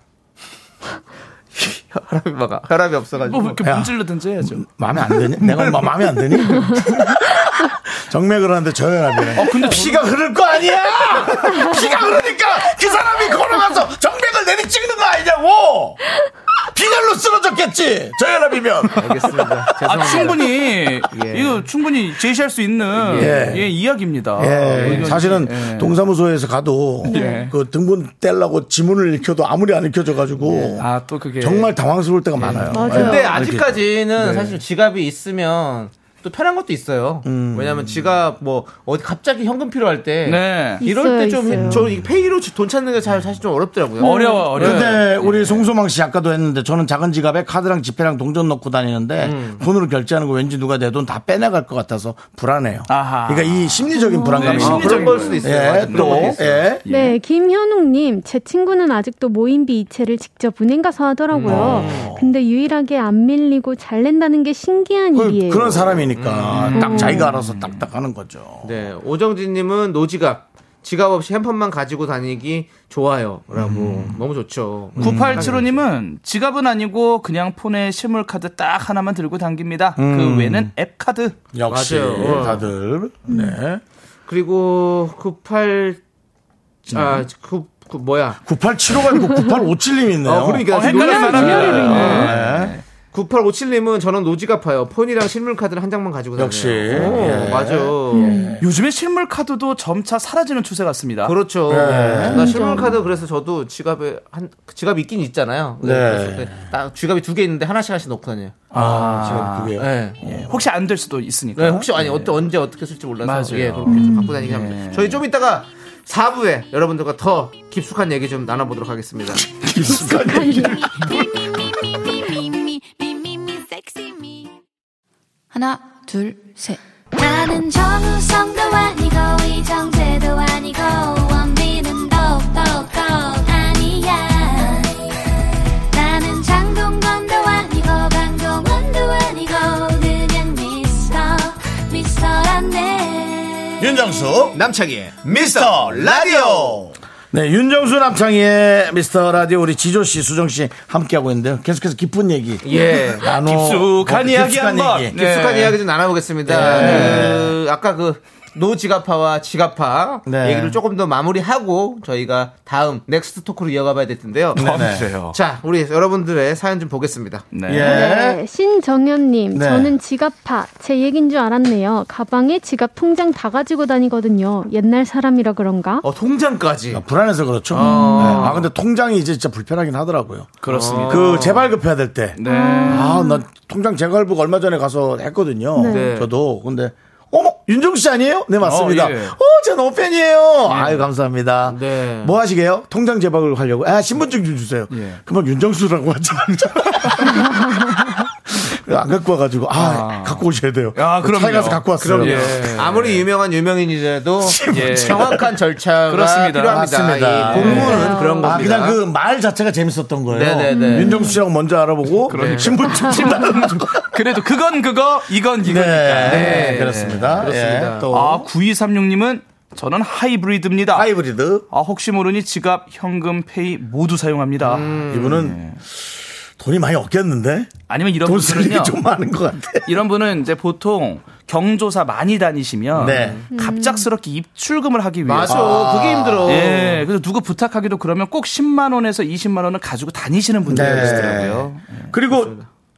혈압이 막아. 혈압이 없어가지고. 뭐 이렇게 야. 문질러든지 해야죠. 마음에 안 드니? 내가 뭐 마, 마음에 안 드니? 정맥을 하는데 저혈압이네. 근데 어, 피가 흐를 거 아니야! 피가 흐르니까 그 사람이 걸어가서 정맥을 내리찍는 거 아니냐고! 빈혈로 쓰러졌겠지! 저혈압이면! 알겠습니다. 아, 죄송합니다. 충분히 이거 충분히 제시할 수 있는 예. 예, 이야기입니다. 예, 이건- 사실은 예. 동사무소에서 가도 예. 그 등본 떼려고 지문을 읽혀도 아무리 안 읽혀져가지고 아, 또 그게 정말 당황스러울 때가 많아요. 예. 맞아요. 근데 아직까지는 사실 지갑이 있으면 또 편한 것도 있어요. 왜냐면 지갑 뭐 어디 갑자기 현금 필요할 때 네. 이럴 있어요, 있어요. 때좀저 페이로 돈 찾는 게 잘- 사실 좀 어렵더라고요. 어려워, 음. 어려워. 근데 우리 송소망 씨 아까도 했는데 저는 작은 지갑에 카드랑 지폐랑 동전 넣고 다니는데 돈으로 결제하는 거 왠지 누가 내 돈 다 빼내갈 것 같아서 불안해요. 아하. 그러니까 이 심리적인 불안감이 네, 있는 아, 거죠. 그런 걸 수도 있어요. 예, 맞아, 그런 것도 또, 있어요. 예. 네, 김현웅님, 제 친구는 아직도 모임비 이체를 직접 은행 가서 음. 하더라고요. 근데 유일하게 안 밀리고 잘 낸다는 게 신기한 그, 일이에요. 그런 사람이니까 딱 자기가 알아서 딱딱 하는 거죠. 네, 오정진님은 노지갑. 지갑 없이 핸폰만 가지고 다니기 좋아요라고 너무 좋죠. 음. 9875님은 지갑은 아니고 그냥 폰에 실물카드 딱 하나만 들고 당깁니다. 음. 그 외는 앱카드. 역시 맞아요. 다들 네. 그리고 98 아, 그, 그 뭐야? 9875가 있고 9857님이 있네요. 어, 그러니까 어, 헷갈릴 놀랐어요. 사람이야. 네. 9857님은 저는 노지갑파요. 폰이랑 실물카드를 한 장만 가지고 다녀요. 역시. 오, 예. 맞아. 요즘에 실물카드도 점차 사라지는 추세 같습니다. 그렇죠. 네. 그러니까. 나 실물카드 그래서 저도 지갑에 한 지갑 있긴 있잖아요. 네. 그래서 딱 지갑이 두 개 있는데 하나씩 하나씩 넣고 다녀요. 아, 지금 그게. 네. 예. 혹시 안 될 수도 있으니까. 네, 혹시 아니 어때 언제 어떻게 쓸지 몰라서 맞아요. 음, 네. 예, 그렇게 좀 갖고 다니긴 합니다. 저희 좀 이따가 4부에 여러분들과 더 깊숙한 얘기 좀 나눠보도록 하겠습니다. 하나 둘 셋. 나는 정우성도 아니고 이정재도 아니고 원빈은 더욱더 아니야. 나는 장동건도 아니고 강동원도 아니고 그냥 미스터 미스터란데. 윤정수 남창희의 미스터 라디오. 네, 윤정수 남창희의 미스터 라디오 우리 지조 씨, 수정 씨 함께 하고 있는데요. 계속해서 깊은 얘기. 예. 나눠. 깊숙한 어, 이야기 깊숙한 한번. 얘기. 네. 깊숙한 이야기 좀 네. 나눠보겠습니다. 그, 아까 그 노지갑파와 지갑파 네. 얘기를 조금 더 마무리하고 저희가 다음 넥스트 토크로 이어가 봐야 될 텐데요. 네. 네. 그래요. 자, 우리 여러분들의 사연 좀 보겠습니다. 네. 예. 네, 신정현님, 네. 저는 지갑파, 제 얘긴 줄 알았네요. 가방에 지갑 통장 다 가지고 다니거든요. 옛날 사람이라 그런가? 어, 통장까지. 아, 불안해서 그렇죠. 네. 아, 근데 통장이 이제 진짜 불편하긴 하더라고요. 그렇습니다. 그 재발급해야 될 때. 네. 아, 나 통장 재갈부 얼마 전에 가서 했거든요. 네. 저도. 근데 어머, 윤정수 씨 아니에요? 네, 맞습니다. 어, 어, 예. 제 너무 팬이에요. 아유, 감사합니다. 네. 뭐 하시게요? 통장 재박을 하려고. 아, 신분증 좀 주세요. 예. 그만 윤정수라고 하지 말자. 안 갖고 와가지고 아, 갖고 오셔야 돼요. 아, 그럼요. 차에 가서 갖고 왔어요. 그럼요. 네. 아무리 유명한 유명인이라도 예, 정확한 절차가 그렇습니다. 필요합니다. 네, 맞습니다. 이 공무는 그런 겁니다. 네. 아, 그냥 그 말 자체가 재밌었던 거예요. 음. 네네네. 윤정수 씨하고 먼저 알아보고 그러니까. 네. 신분증 따는 그래도 그건 그거, 이건 이거니까. 네, 그렇습니다. 그러니까. 그렇습니다. 예, 또. 아, 9236님은 저는 하이브리드입니다. 하이브리드. 아, 혹시 모르니 지갑, 현금, 페이 모두 사용합니다. 음. 이분은 돈이 많이 없겠는데? 아니면 이런 돈 쓰는 분들은요. 게 좀 많은 것 같아. 이런 분은 이제 보통 경조사 많이 다니시면 네. 갑작스럽게 입출금을 하기 위해서 맞아. 그게 힘들어. 예, 그래서 누구 부탁하기도 그러면 꼭 10만 원에서 20만 원을 가지고 다니시는 분들이 네. 계시더라고요. 그리고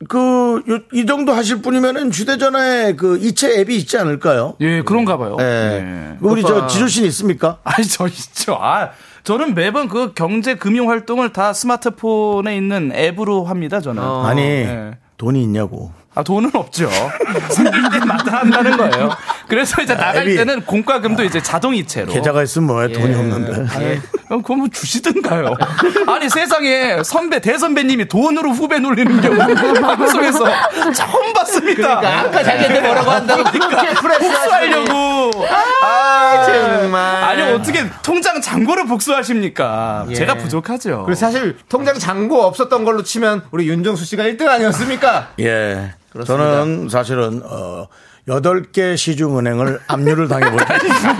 그, 요- 이 정도 하실 분이면은 휴대전화에 그 이체 앱이 있지 않을까요? 예, 그런가 봐요. 예. 우리 저 그러니까. 지조 씨는 있습니까? 아니 저 있죠. 아, 저는 매번 그 경제 금융 활동을 다 스마트폰에 있는 앱으로 합니다. 저는. 어. 아니, 예. 돈이 있냐고. 아 돈은 없죠. 생긴 게 마다 한다는 거예요. 그래서 이제 나갈 앱이- 때는 공과금도 이제 자동이체로. 계좌가 있으면 뭐야 예. 돈이 없는데. 그럼 그건 뭐 주시든가요. 아니 세상에 선배 대선배님이 돈으로 후배 놀리는 경우 방송에서 처음 봤습니다. 그러니까 그러니까 아까 자기한테 뭐라고 예. 한다고 그렇게 프레스 복수하려고. 아, 예. 정말. 아니 어떻게 통장 잔고를 복수하십니까? 제가 부족하죠. 그리고 사실 통장 잔고 없었던 걸로 치면 우리 윤정수 씨가 1등 아니었습니까? 예. 그렇습니다. 저는 사실은 어 8개 시중은행을 압류를 당해보다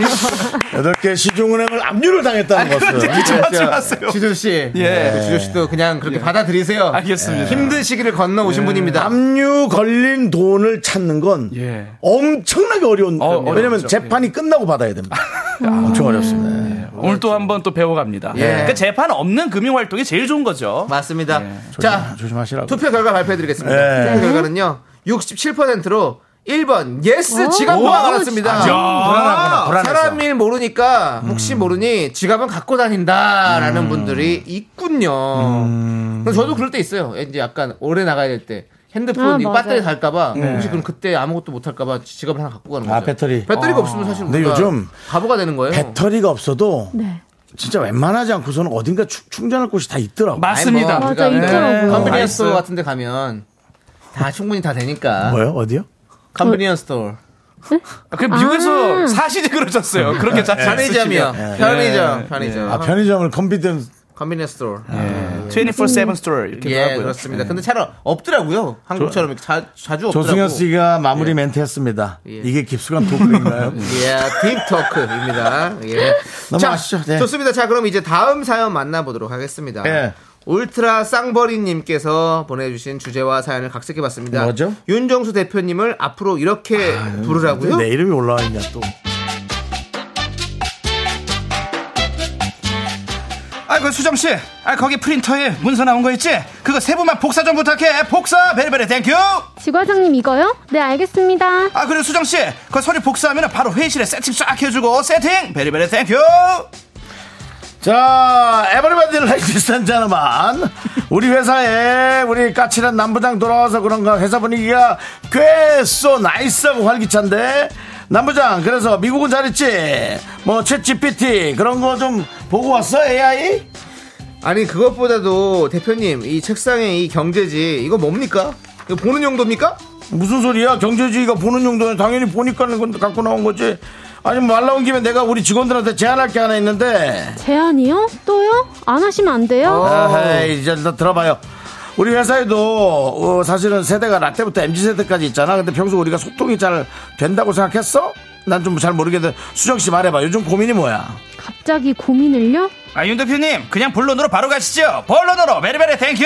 8개 시중은행을 압류를 당했다는 것은 그렇죠. 하지 마세요. 지조 씨. 네. 예. 지조 씨도 그냥 그렇게 받아들이세요. 알겠습니다. 예. 힘든 시기를 건너 오신 분입니다. 압류 걸린 돈을 찾는 건 예. 엄청나게 어려운 어, 거예요. 왜냐면 어렵죠. 재판이 끝나고 받아야 됩니다. 엄청 어렵습니다. 오늘 또 한 번 또 배워갑니다. 예. 그 재판 없는 금융 활동이 제일 좋은 거죠. 맞습니다. 자, 조심하시라고. 투표 결과 발표해드리겠습니다. 예. 투표 결과는요. 67%로 1번 어? 예스 지갑만 알았습니다. 아, 아, 불안하구나, 불안해서. 음. 사람일 모르니까 혹시 모르니 지갑은 갖고 다닌다라는 분들이 있군요. 음. 그럼 저도 그럴 때 있어요. 이제 약간 오래 나가야 될 때. 아, 핸드폰 이 맞아요. 배터리 갈까봐 혹시 그럼 그때 아무것도 못 할까봐 지갑을 하나 갖고 가는 거죠. 네. 아, 배터리. 배터리가 없으면 사실 근데 우리가 요즘 바보가 되는 거예요. 배터리가 없어도 네. 진짜 웬만하지 않고서는 어딘가 충- 충전할 곳이 다 있더라고. 요 맞습니다. 아니, 뭐, 맞아, 우리가 있더라고요. 컨비니언스 스토어 아이스. 같은 데 가면 다 충분히 다 되니까. 뭐요? 어디요? 컨비니언스 스토어. 그 아. 미국에서 사시지 그러셨어요. 그렇게 예. 잘 편의점이요. 쓰시면. 편의점. 예. 편의점. 예. 아, 편의점을 아, 컨비덴 컨비니언스 스토어. 24/7 스토어 이렇게 예, 하고요. 그렇습니다. 근데 차라 없더라고요. 한국처럼 이렇게 자, 자주 없더라고. 조승현 씨가 마무리 멘트 했습니다. 이게 깊숙한 토크인가요? 예, 딥토크입니다. 예. 넘어가시죠. 자, 네. 좋습니다. 자, 그럼 이제 다음 사연 만나보도록 하겠습니다. 예. 울트라 쌍버리님께서 보내주신 주제와 사연을 각색해봤습니다. 뭐죠? 아, 윤정수 대표님을 앞으로 이렇게 부르라고요? 내 이름이 올라와 있냐 또. 아이고 수정 씨, 아 거기 프린터에 문서 나온 거 있지? 그거 세부만 복사 좀 부탁해. 복사 베리베리 땡큐. 지과장님 이거요? 네, 알겠습니다. 아 그리고 수정 씨, 그 서류 복사하면 바로 회의실에 세팅 쫙 해주고 세팅 베리베리 땡큐. 자, 에버리바디 라이스 한 자나만. 우리 회사에 우리 까칠한 남부장 돌아와서 그런가 회사 분위기가 꽤쏘 나이스하고 활기찬데. 남부장, 그래서 미국은 잘했지? 뭐, 챗 GPT, 그런 거 좀 보고 왔어? AI? 아니, 그것보다도 대표님, 이 책상에 이 경제지, 이거 뭡니까? 이거 보는 용도입니까? 무슨 소리야? 경제주의가 보는 용도는 당연히 보니까 는 갖고 나온 거지. 아니, 뭐 말 나온 김에 내가 우리 직원들한테 제안할 게 하나 있는데. 제안이요? 또요? 안 하시면 안 어. 돼요? 아, 이제 너 들어봐요. 우리 회사에도 어, 사실은 세대가 라떼부터 MZ 세대까지 있잖아. 근데 평소 우리가 소통이 잘 된다고 생각했어? 난 좀 잘 모르겠는데 수정 씨 말해봐. 요즘 고민이 뭐야? 갑자기 고민을요? 아 윤 대표님, 그냥 본론으로 바로 가시죠. 본론으로 베리베리 땡큐.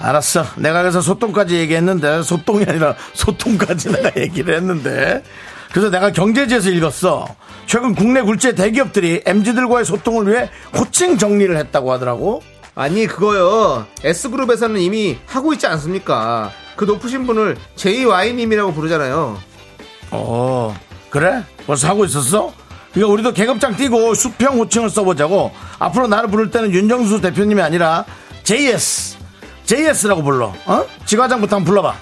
알았어. 내가 그래서 소통까지 얘기했는데 소통이 아니라 소통까지 내가 얘기를 했는데 그래서 내가 경제지에서 읽었어. 최근 국내 굴지의 대기업들이 MZ들과의 소통을 위해 호칭 정리를 했다고 하더라고. 아니 그거요 S그룹에서는 이미 하고 있지 않습니까 그 높으신 분을 JY님이라고 부르잖아요 어 그래? 벌써 하고 있었어? 그러니까 우리도 계급장 띄고 수평 호칭을 써보자고 앞으로 나를 부를 때는 윤정수 대표님이 아니라 JS JS라고 불러 어? 지과장부터 한번 불러봐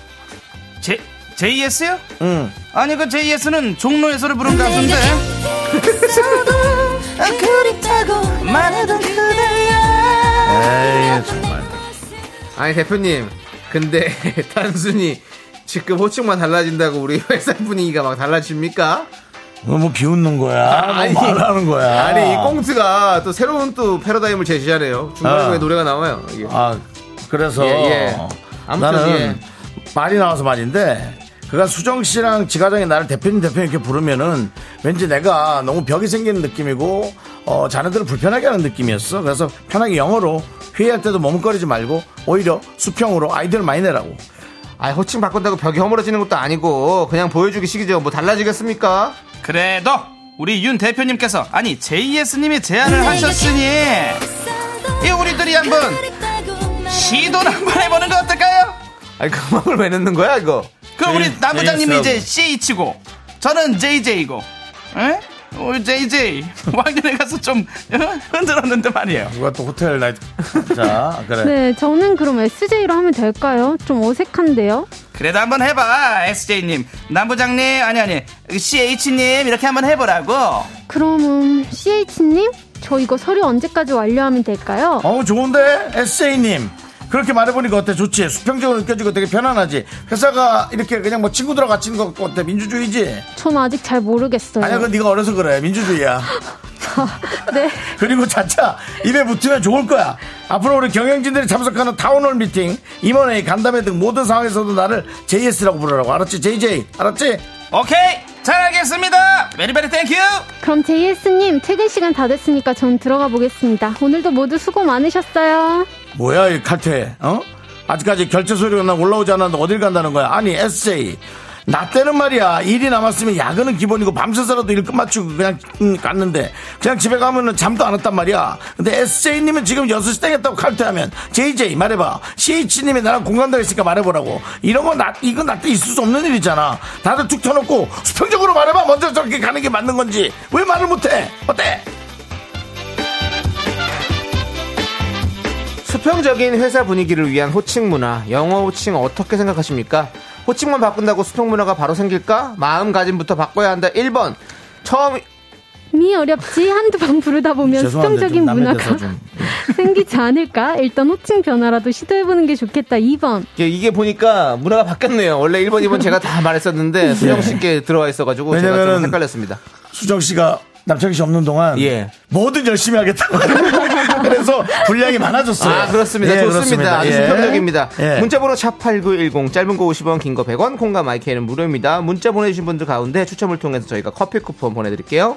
제 JS요? 응. 아니 그 JS는 종로에서를 부른 가수인데. 에이 정말 예, 아니 대표님 근데 단순히 지금 호칭만 달라진다고 우리 회사 분위기가 막 달라집니까? 너뭐 비웃는 거야? 뭐 말하는 거야? 아니 이 꽁트가 또 새로운 또 패러다임을 제시하네요. 중간에 아. 노래가 나와요. 이게. 아 그래서 예, 예. 아무튼, 예. 나는 말이 나와서 말인데 그간 수정 씨랑 지가장이 나를 대표님 대표님 이렇게 부르면은 왠지 내가 너무 벽이 생기는 느낌이고 어 자네들을 불편하게 하는 느낌이었어. 그래서 편하게 영어로 회의할 때도 머뭇거리지 말고 오히려 수평으로 아이디어를 많이 내라고. 아 호칭 바꾼다고 벽이 허물어지는 것도 아니고 그냥 보여주기 식이죠. 뭐 달라지겠습니까? 그래도 우리 윤 대표님께서 아니 JS님이 음, 제안을 하셨으니 이 우리들이 한번 시도를 한번 해보는 거 어떨까요? 아니 그만을 왜 넣는 거야 이거? 그럼 우리 남 부장님이 JS. 이제 CH고 저는 JJ고 에? 우리 JJ 왕년에 가서 좀 어? 흔들었는데 말이에요 누가 또 호텔 나이 자 그래. 네, 저는 그럼 SJ로 하면 될까요? 좀 어색한데요? 그래도 한번 해봐 SJ님 남 부장님 아니 아니 CH님 이렇게 한번 해보라고 그럼 음, CH님? 저 이거 서류 언제까지 완료하면 될까요? 어우 좋은데 SA님 그렇게 말해보니까 어때 좋지 수평적으로 느껴지고 되게 편안하지 회사가 이렇게 그냥 뭐 친구들하고 같이 있는 것 같고 어때 민주주의지 전 아직 잘 모르겠어요. 아니야 그건 네가 어려서 그래 민주주의야 네. 그리고 자차 입에 붙으면 좋을 거야 앞으로 우리 경영진들이 참석하는 타운홀 미팅 임원회의 간담회 등 모든 상황에서도 나를 JS라고 부르라고 알았지 JJ 알았지 오케이 잘 알겠습니다 베리베리 땡큐 그럼 JS님 퇴근 시간 다 됐으니까 전 들어가 보겠습니다. 오늘도 모두 수고 많으셨어요. 뭐야 이 칼퇴 어? 아직까지 결제 소리가 나 올라오지 않았는데 어딜 간다는 거야 아니 에세이 나 때는 말이야 일이 남았으면 야근은 기본이고 밤새서라도 일 끝마치고 그냥 음, 갔는데 그냥 집에 가면은 잠도 안 왔단 말이야 근데 에세이님은 지금 6시 땡했다고 칼퇴하면 JJ 말해봐 CH님이 나랑 공감대가 있으니까 말해보라고 이런 건 나, 이건 나때 있을 수 없는 일이잖아 다들 툭 쳐놓고 수평적으로 말해봐 먼저 저렇게 가는 게 맞는 건지 왜 말을 못해 어때 수평적인 회사 분위기를 위한 호칭 문화, 영어 호칭 어떻게 생각하십니까? 호칭만 바꾼다고 수평 문화가 바로 생길까? 마음가짐부터 바꿔야 한다. 1번. 처음 미 어렵지 한두 번 부르다 보면 죄송한데 좀 수평적인 남의 문화가 대사 좀 네. 생기지 않을까? 일단 호칭 변화라도 시도해보는 게 좋겠다. 2번. 예, 이게- 이게 보니까 문화가 바뀌었네요. 원래 1번, 2번 제가 다 말했었는데 수영 씨께 들어와 있어 가지고 제가 좀 네. 왜냐면은 헷갈렸습니다. 수정 씨가 남창희 씨 없는 동안 예. 뭐든 열심히 하겠다고 그래서 분량이 많아졌어요. 아, 그렇습니다. 예, 좋습니다. 아주 예. 수평적입니다. 예. 문자번호 샵8910, 짧은 거 50원, 긴 거 100원, 콩과 마이크는 무료입니다. 문자 보내주신 분들 가운데 추첨을 통해서 저희가 커피 쿠폰 보내드릴게요.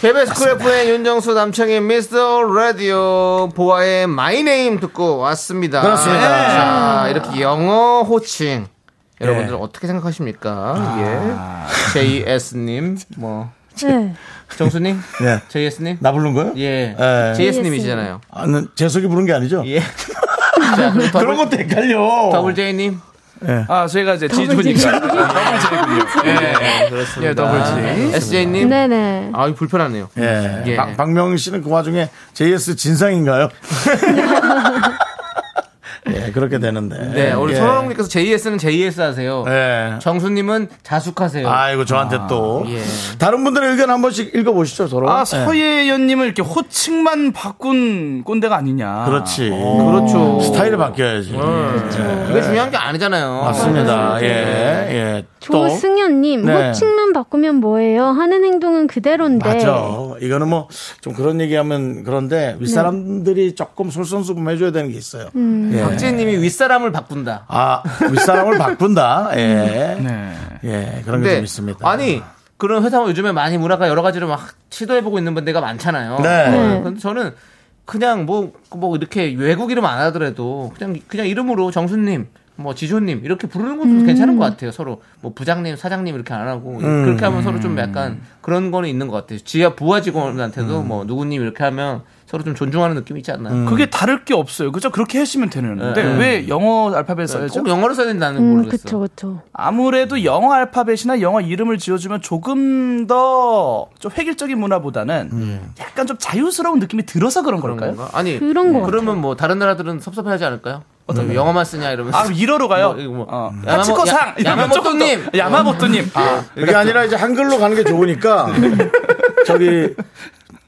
KBS 쿨 FM의 윤정수 남창의 미스터 라디오 보아의 마이네임 듣고 왔습니다. 네. 아. 그렇습니다. 자, 이렇게 영어 호칭. 여러분들 어떻게 생각하십니까? 예. JS님, 뭐, 네. 정수님? 예. JS님? 나 부른 거요? 예. 예. JS님이시잖아요. 아, 는제 속이 부른 게 아니죠? 예. 자, 그럼 더블, 그런 것도 헷갈려. 더블 J님? 예. 아 저희가 이제 지주니까 더블 J군요 예, 네, 그렇습니다. 예 더블 J SJ님? 네네. 아, 이거 불편하네요. 예. 예. 박, 박명 씨는 그 와중에 JS 진상인가요? 예, 그렇게 되는데. 네, 우리 예. 서영님께서 JS는 JS 하세요. 예. 정수님은 네. 자숙하세요. 아이고, 저한테 또. 예. 다른 분들의 의견 한 번씩 읽어보시죠, 서로. 아 예. 서예연님을 이렇게 호칭만 바꾼 꼰대가 아니냐 어. 네. 그렇지. 그렇죠. 스타일이 바뀌어야지. 그게 중요한 게 아니잖아요. 예. 맞습니다. 예, 예. 또. 조승현님, 네. 호칭만 바꾸면 뭐예요? 하는 행동은 그대로인데. 맞죠. 이거는 뭐 좀 그런 얘기하면 네. 그런데 윗사람들이 조금 솔선수범 해줘야 되는 게 있어요. 음. 예. 박지혜님이 윗사람을 바꾼다. 아 윗사람을 바꾼다. 예, 네. 예 그런 게 근데 좀 있습니다. 아니 그런 회사 요즘에 많이 문화가 여러 가지로 막 시도해 보고 있는 분들이 많잖아요. 네. 네. 근데 저는 그냥 뭐 뭐 이렇게 외국 이름 안 하더라도 그냥 그냥 이름으로 정수님 뭐 지조님 이렇게 부르는 것도 괜찮은 것 같아요 서로 뭐 부장님 사장님 이렇게 안 하고 그렇게 하면 서로 좀 약간 그런 거는 있는 것 같아요 지하 부하 직원한테도 뭐 누구님 이렇게 하면 서로 좀 존중하는 느낌이 있지 않나요? 음. 그게 다를 게 없어요. 그죠? 그렇게 하시면 되는데 네. 왜 영어 알파벳 써야죠? 꼭 영어로 써야 된다는 음, 모르겠어. 그쵸, 그렇죠. 그쵸. 아무래도 영어 알파벳이나 영어 이름을 지어주면 조금 더 좀 획일적인 문화보다는 약간 좀 자유스러운 느낌이 들어서 그런 그런 걸까요? 건가? 아니 그런 것 그러면 뭐 다른 나라들은 섭섭해하지 않을까요? 어떤 영어만 쓰냐 이러면서 아, 이러로 가요? 뭐, 이거 뭐. 어. 야마모- 야- 하치코상! 이러면 조금 더- 야마모토님! 야마모토님! 그게 아니라 이제 한글로 가는 게 좋으니까 저기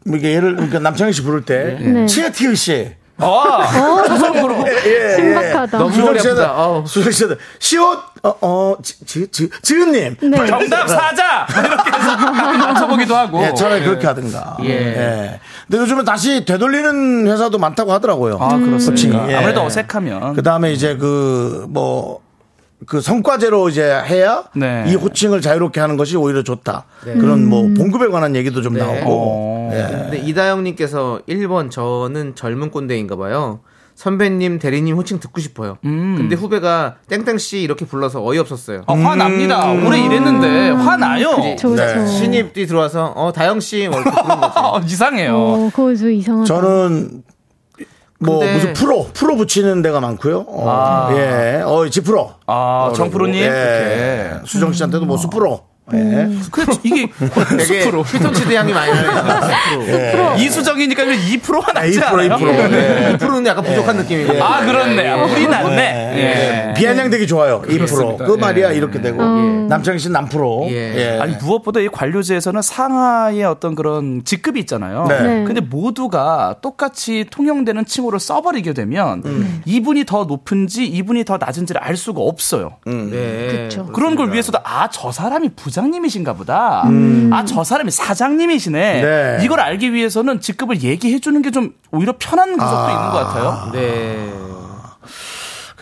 뭐 이게 예를 그러니까 남창희 씨 부를 때 치에티의 씨. 아, 조선으로. 네. 예, 예. 신박하다. 너무 수정 어렵다. 씨도 수정 씨도 시옷 어, 어어지지지은님 네. 정답 사자 이렇게 해서 가끔 맞춰보기도 하고. 예, 차라리 그렇게 하든가. 예. 근데 요즘은 다시 되돌리는 회사도 많다고 하더라고요. 아 그렇습니다. 예. 아무래도 어색하면. 그 다음에 이제 그, 뭐, 그 성과제로 이제 해야 네. 이 호칭을 자유롭게 하는 것이 오히려 좋다. 그런 뭐, 봉급에 관한 얘기도 좀 네. 어. 나오고. 예. 근데 이다영님께서 1번 저는 젊은 꼰대인가 봐요. 선배님, 대리님 호칭 듣고 싶어요. 음. 근데 후배가 땡땡씨 이렇게 불러서 음. 어이없었어요. 아, 화납니다. 음. 올해 일했는데 화나요. 저, 네. 저. 신입이 들어와서 어 다영씨 뭐 이렇게 부른 거죠. 아, 어, 이상해요. 음. 어, 그거 좀 이상하다. 저는 뭐 근데- 무슨 프로 프로 붙이는 데가 많고요. 어, 예, 어 지프로. 아, 정프로님? 음. 예. 수정 씨한테도 뭐 수프로. 예. 그 이게 되게 수프로. 휘통치드 향이 많이 나요. 이수정이니까 2%가 낫지 아, 2%, 않아요? 2%. 네. 네. 프로는 약간 부족한 느낌이고. 아 예, 그렇네. 우리 낫네. 예. 비아냥 되기 좋아요. 이 프로. 그 말이야 이렇게 되고 음. 남창희 씨는 남프로. 예. 아니 무엇보다 이 관료제에서는 상하의 어떤 그런 직급이 있잖아요. 네. 네. 근데 모두가 똑같이 통용되는 칭호를 써버리게 되면 음. 네. 이분이 더 높은지 이분이 더 낮은지를 알 수가 없어요. 음. 네. 그쵸. 그런 걸 위해서도 아 저 사람이 부장님이신가 보다. 아 저 사람이 음. 사장님이시네. 네. 이걸 알기 위해서는 직급을 얘기해 주는 게 좀 오히려 편한 구석도 있는 것 같아요. 네.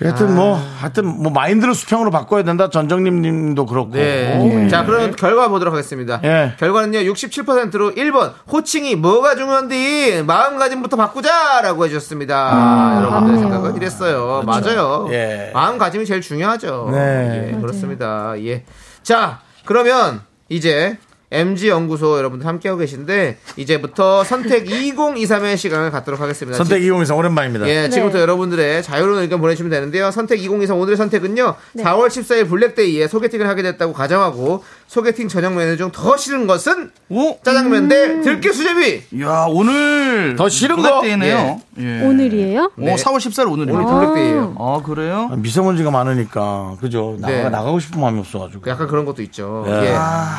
하여튼 뭐 아. 하여튼 뭐 마인드를 수평으로 바꿔야 된다. 전정님 님도 그렇고. 네. 자, 그럼 결과 보도록 하겠습니다. 예. 결과는요, 67%로 1번, 호칭이 뭐가 중요한디, 마음가짐부터 바꾸자! 라고 해주셨습니다. 여러분들 맞네요. 생각은 이랬어요. 맞아요. 아, 그렇죠. 예. 마음가짐이 제일 중요하죠. 네. 예, 그렇습니다. 예. 자, 그러면 이제 MG연구소 여러분들 함께하고 계신데, 이제부터 선택 2023의 시간을 갖도록 하겠습니다. 선택 이용해서 오랜만입니다. 예, 지금부터 네. 여러분들의 자유로운 의견 보내주시면 되는데요. 선택 2023 오늘의 선택은요. 네. 4월 14일 블랙데이에 소개팅을 하게 됐다고 가정하고 소개팅 저녁 메뉴 중 더 싫은 것은 오, 음. 짜장면 대 들깨 수제비. 야 오늘 더 싫은 거? 블랙데이네요. 예. 오늘이에요? 오, 4월 14일 오늘이요. 네. 오늘 블랙데이예요. 어, 아 그래요? 아, 미세먼지가 많으니까 그죠. 나가 네. 나가고 싶은 마음이 없어가지고. 약간 그런 것도 있죠. 예. 예.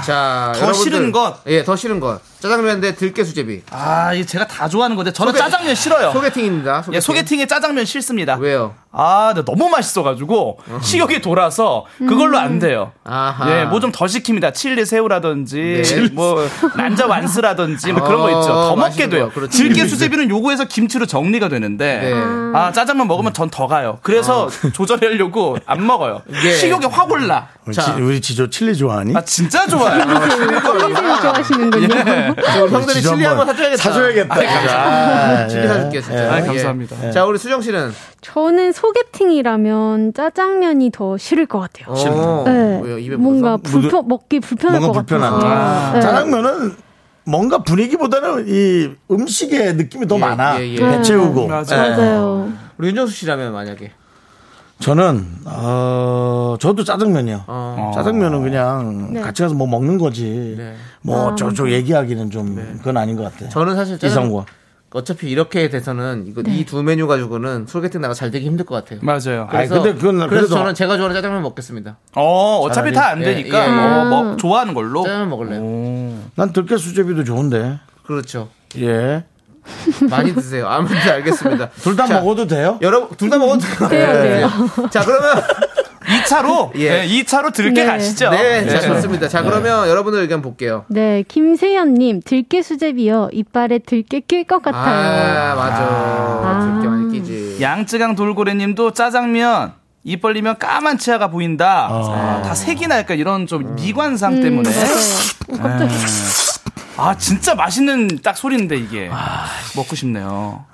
자, 더 여러분들, 싫은 것. 예, 더 싫은 것. 짜장면 대 들깨 수제비. 아, 이거 제가 다 좋아하는 건데 저는 소개- 짜장면 싫어요. 소개팅입니다. 소개팅. 예, 소개팅에 짜장면 싫습니다. 왜요? 아, 근데 너무 맛있어가지고 식욕이 돌아서 그걸로 안 돼요. 음. 아하. 예, 뭐 좀 더 시킵니다. 칠리 새우라든지 네. 뭐 난자 완스라든지 뭐 그런 거 있죠. 어, 더 먹게 맛있는 돼요. 거, 그렇죠. 질게 수제비는 요거에서 김치로 정리가 되는데 네. 아 짜장면 먹으면 전 더 가요. 그래서 조절하려고 안 먹어요. 예. 식욕이 확 올라. 우리, 자. 지, 우리 지조 칠리 좋아하니? 아 진짜 좋아요. 선생님 좋아하시는군요. 예. 자, 우리 형들이 지조 칠리 아, 한번 사줘야겠다. 사줘야겠다. 아, 칠리 예. 사줄게요, 진짜. 아, 예. 감사합니다. 자, 우리 수정 씨는 저는 소개팅이라면 짜장면이 더 싫을 것 같아요. 어, 네. 왜요? 입에 뭔가 묻어서? 불편 먹기 불편할 뭔가 것 같아요. 불편한. 아. 네. 짜장면은 뭔가 분위기보다는 이 음식의 느낌이 더 예, 많아. 예, 예. 배채우고. 음, 예. 맞아요. 맞아요. 우리 윤정수 씨라면 만약에 저는 어 저도 짜장면이요. 어. 짜장면은 그냥 네. 같이 가서 뭐 먹는 거지. 네. 아. 뭐 저쪽 얘기하기는 좀 그건 아닌 것 같아. 저는 사실 짜장- 이성과. 어차피 이렇게 돼서는 이거 네. 이 두 메뉴 가지고는 소개팅 나가 잘 되기 힘들 것 같아요. 맞아요. 아니, 근데 그건 그래서 그래도- 저는 제가 좋아하는 짜장면 먹겠습니다. 어, 어차피 다 안 예, 되니까 예. 뭐, 음. 뭐 좋아하는 걸로. 짜장면 먹을래요. 난 들깨 수제비도 좋은데. 그렇죠. 예. 많이 드세요. 아무튼 알겠습니다. 둘 다 먹어도 돼요? 여러분 둘 다 먹어도 돼요. 음. 돼요. 네. 자 그러면 2차로 예. 예. 2차로 들게 네. 가시죠. 네, 자 예. 좋습니다. 자 그러면 여러분들 의견 볼게요. 네, 김세현님 들깨 수제비요. 이빨에 들깨 낄 것 같아요. 아 맞아. 그렇게 많이 끼지. 양쯔강 돌고래님도 짜장면 입 벌리면 까만 치아가 보인다. 아, 다 색이 날까 이런 좀 미관상 음, 때문에. 아 진짜 맛있는 딱 소리인데 이게 먹고 싶네요.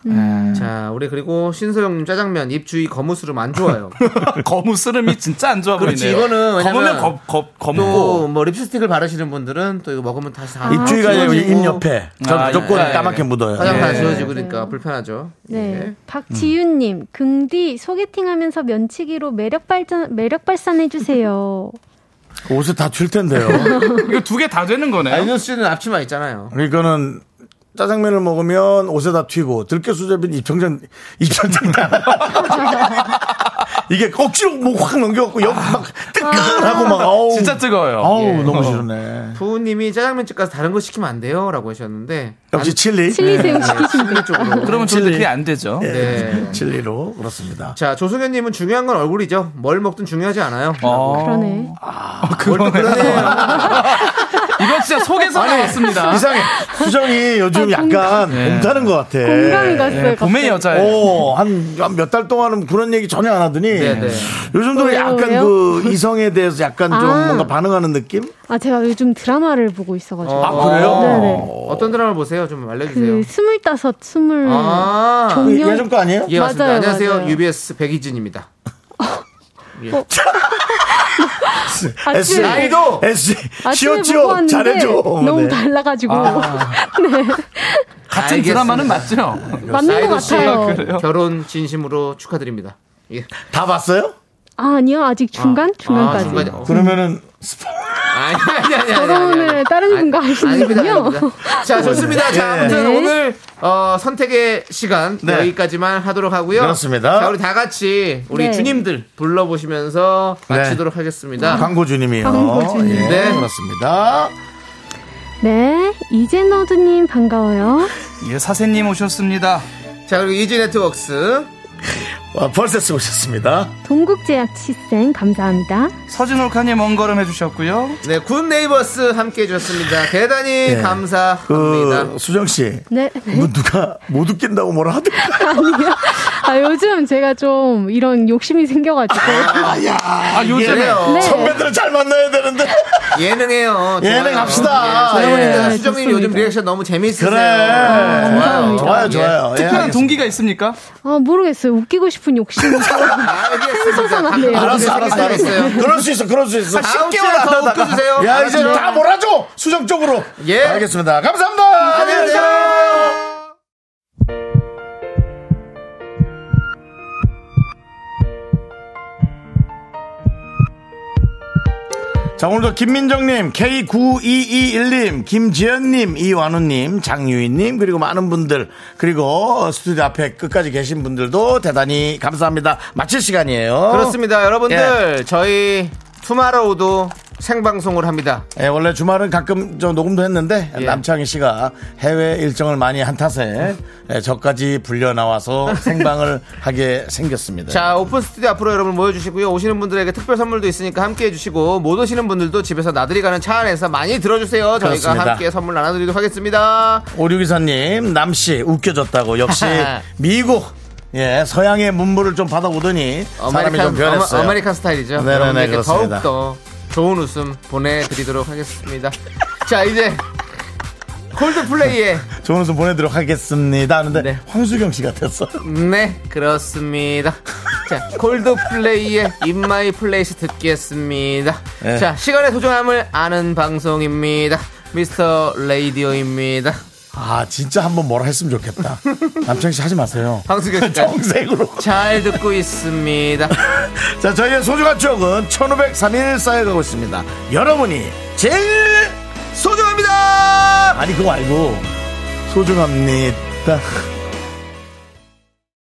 자 우리 그리고 신소영님 짜장면 입 주위 거무스름 안 좋아요. 거무 쓰름이 진짜 안 좋아 그렇지, 보이네요. 이거는 왜냐면 검으면 검, 검, 검고. 또뭐 립스틱을 바르시는 분들은 또 이거 먹으면 다시 다 입주위가 여기 입 옆에. 전 아, 무조건 예. 까맣게 묻어요. 화장 다 예. 지워지고 그러니까 불편하죠. 예. 네, 박지윤님 긍디 소개팅하면서 면치기로 매력 발전 매력 발산해 주세요. 그 옷에 다 줄 텐데요. 그러니까 이거 두 개 다 되는 거네요. 아이노 씨는 앞치마 있잖아요. 그러니까는 짜장면을 먹으면 옷에 다 튀고 들깨 수제비는 입천장 입천장 다. 이게 억지로 목 확 넘겨갖고 옆막 뜨끈하고 막 음. 어우. 진짜 뜨거워요. 아우 예. 어. 너무 싫네. 부모님이 짜장면집 가서 다른 거 시키면 안 돼요? 라고 하셨는데. 역시 안- 칠리. 네. 칠리 새우 시키신 거. 쪽으로. 아, 그러면 저도 그게 안 되죠. 예, 네. 진리로 그렇습니다. 자, 조승현님은 중요한 건 얼굴이죠. 뭘 먹든 중요하지 않아요. 그러네. 얼굴 그러네요. 이건 진짜 속에서 나왔습니다. 이상해. 수정이 요즘 약간 예. 몸타는 것 같아. 공감이 갔어요. 예, 봄의 갑자기. 여자예요. 오, 한, 몇 달 동안은 그런 얘기 전혀 안 하더니 네, 네. 요즘 들어 왜요, 약간 왜요? 그 이성에 대해서 약간 좀 아. 뭔가 반응하는 느낌? 아 제가 요즘 드라마를 보고 있어가지고 아, 그래요? 네네. 어떤 드라마 보세요? 좀 알려주세요. 그 스물다섯 스물 아, 종료. 요- 요즘 그 거 아니에요? 예, 맞습니다. 맞아요, 안녕하세요. 맞아요. UBS 백이진입니다. 아침에 나이도! S, 아침에 보고 쉬었죠? 왔는데 잘해줘. 너무 네. 달라가지고 네. 같은 알겠습니다. 드라마는 맞죠? 맞는 것 나이도 씨 같아요. 그래요? 결혼 진심으로 축하드립니다. 예. 다 봤어요? 아 아니요 아직 중간 아, 중간까지. 중간에. 어. 그러면은 아니, 아니, 아니. 아니, 아니, 아니. 결혼을 다른 분과 아닙니다, 하시는군요. 아닙니다. 자, 좋습니다. 자, 예. 아무튼 네. 오늘 어, 선택의 시간 네. 여기까지만 하도록 하고요. 그렇습니다. 자, 우리 다 같이 우리 네. 주님들 불러보시면서 네. 마치도록 음. 하겠습니다. 광고주님이요. 광고주님. 예, 네. 그렇습니다. 네 이제 너드님 반가워요. 예, 사세님 오셨습니다. 자, 그리고 이지 네트웍스 와, 어, 벌써 쓰고 오셨습니다. 동국제약 치센 감사합니다. 서진 올카님 원걸음 해주셨고요. 네, 굿 네이버스 함께 해주셨습니다. 대단히 감사합니다. 그, 수정씨. 네. 뭐 누가 못 웃긴다고 뭐라 하더라. 아니요. 아 요즘 제가 좀 이런 욕심이 생겨가지고. 아, 요즘에. 얘네요. 네. 선배들은 잘 만나야 되는데. 예능해요. 예능 합시다. 서영훈님과 예. 수정님 좋습니다. 요즘 리액션 너무 재밌으세요. 어, 그래. 아, 좋아요. 좋아요, 좋아요. 예, 특별한 알겠습니다. 동기가 있습니까? 아 모르겠어요. 웃기고 싶은 욕심이. 아, 알겠습니다. 안 돼요. 알았어, 알았어, 알았어. 알겠어요. 아, 그럴 수 있어, 그럴 수 있어. 다음 주에 더 웃겨주세요. 야, 이제 알았죠? 다 몰아줘! 수정 쪽으로. 예. 알겠습니다. 감사합니다. 안녕히 계세요. 자, 오늘도 김민정님, K9221님, 김지연님, 이완우님, 장유인님, 그리고 많은 분들, 그리고 스튜디오 앞에 끝까지 계신 분들도 대단히 감사합니다. 마칠 어. 시간이에요. 그렇습니다. 예. 여러분들 저희 투마로우도 생방송을 합니다. 예, 원래 주말은 가끔 저 녹음도 했는데 예. 남창희 씨가 해외 일정을 많이 한 탓에 예, 저까지 불려 나와서 생방을 하게 생겼습니다. 자 오픈 스튜디오 앞으로 여러분 모여주시고요. 오시는 분들에게 특별 선물도 있으니까 함께 해주시고 못 오시는 분들도 집에서 나들이 가는 차 안에서 많이 들어주세요. 저희가 그렇습니다. 함께 선물 나눠드리도록 하겠습니다. 오류기사님 남씨 웃겨졌다고 역시 미국 예 서양의 문물을 좀 받아오더니 사람이 좀 어메리칸, 변했어요. 어메, 리칸 스타일이죠. 네네네, 여러분에게 그렇습니다. 더욱더 좋은 웃음 보내드리도록 하겠습니다. 자 이제 콜드플레이의 좋은 웃음 보내도록 하겠습니다. 하는데 네. 황수경 씨 같았어. 네 그렇습니다. 자 콜드플레이의 인마이 플레이스 듣겠습니다. 네. 자 시간의 소중함을 아는 방송입니다. 미스터 레이디오입니다. 아 진짜 한번 뭐라 했으면 좋겠다. 남창희 씨 하지 마세요. 방수경 씨. 평생으로. 잘 듣고 있습니다. 자, 저희의 소중한 추억은 1503일 쌓여가고 있습니다. 여러분이 제일 소중합니다! 아니, 그거 말고, 소중합니다.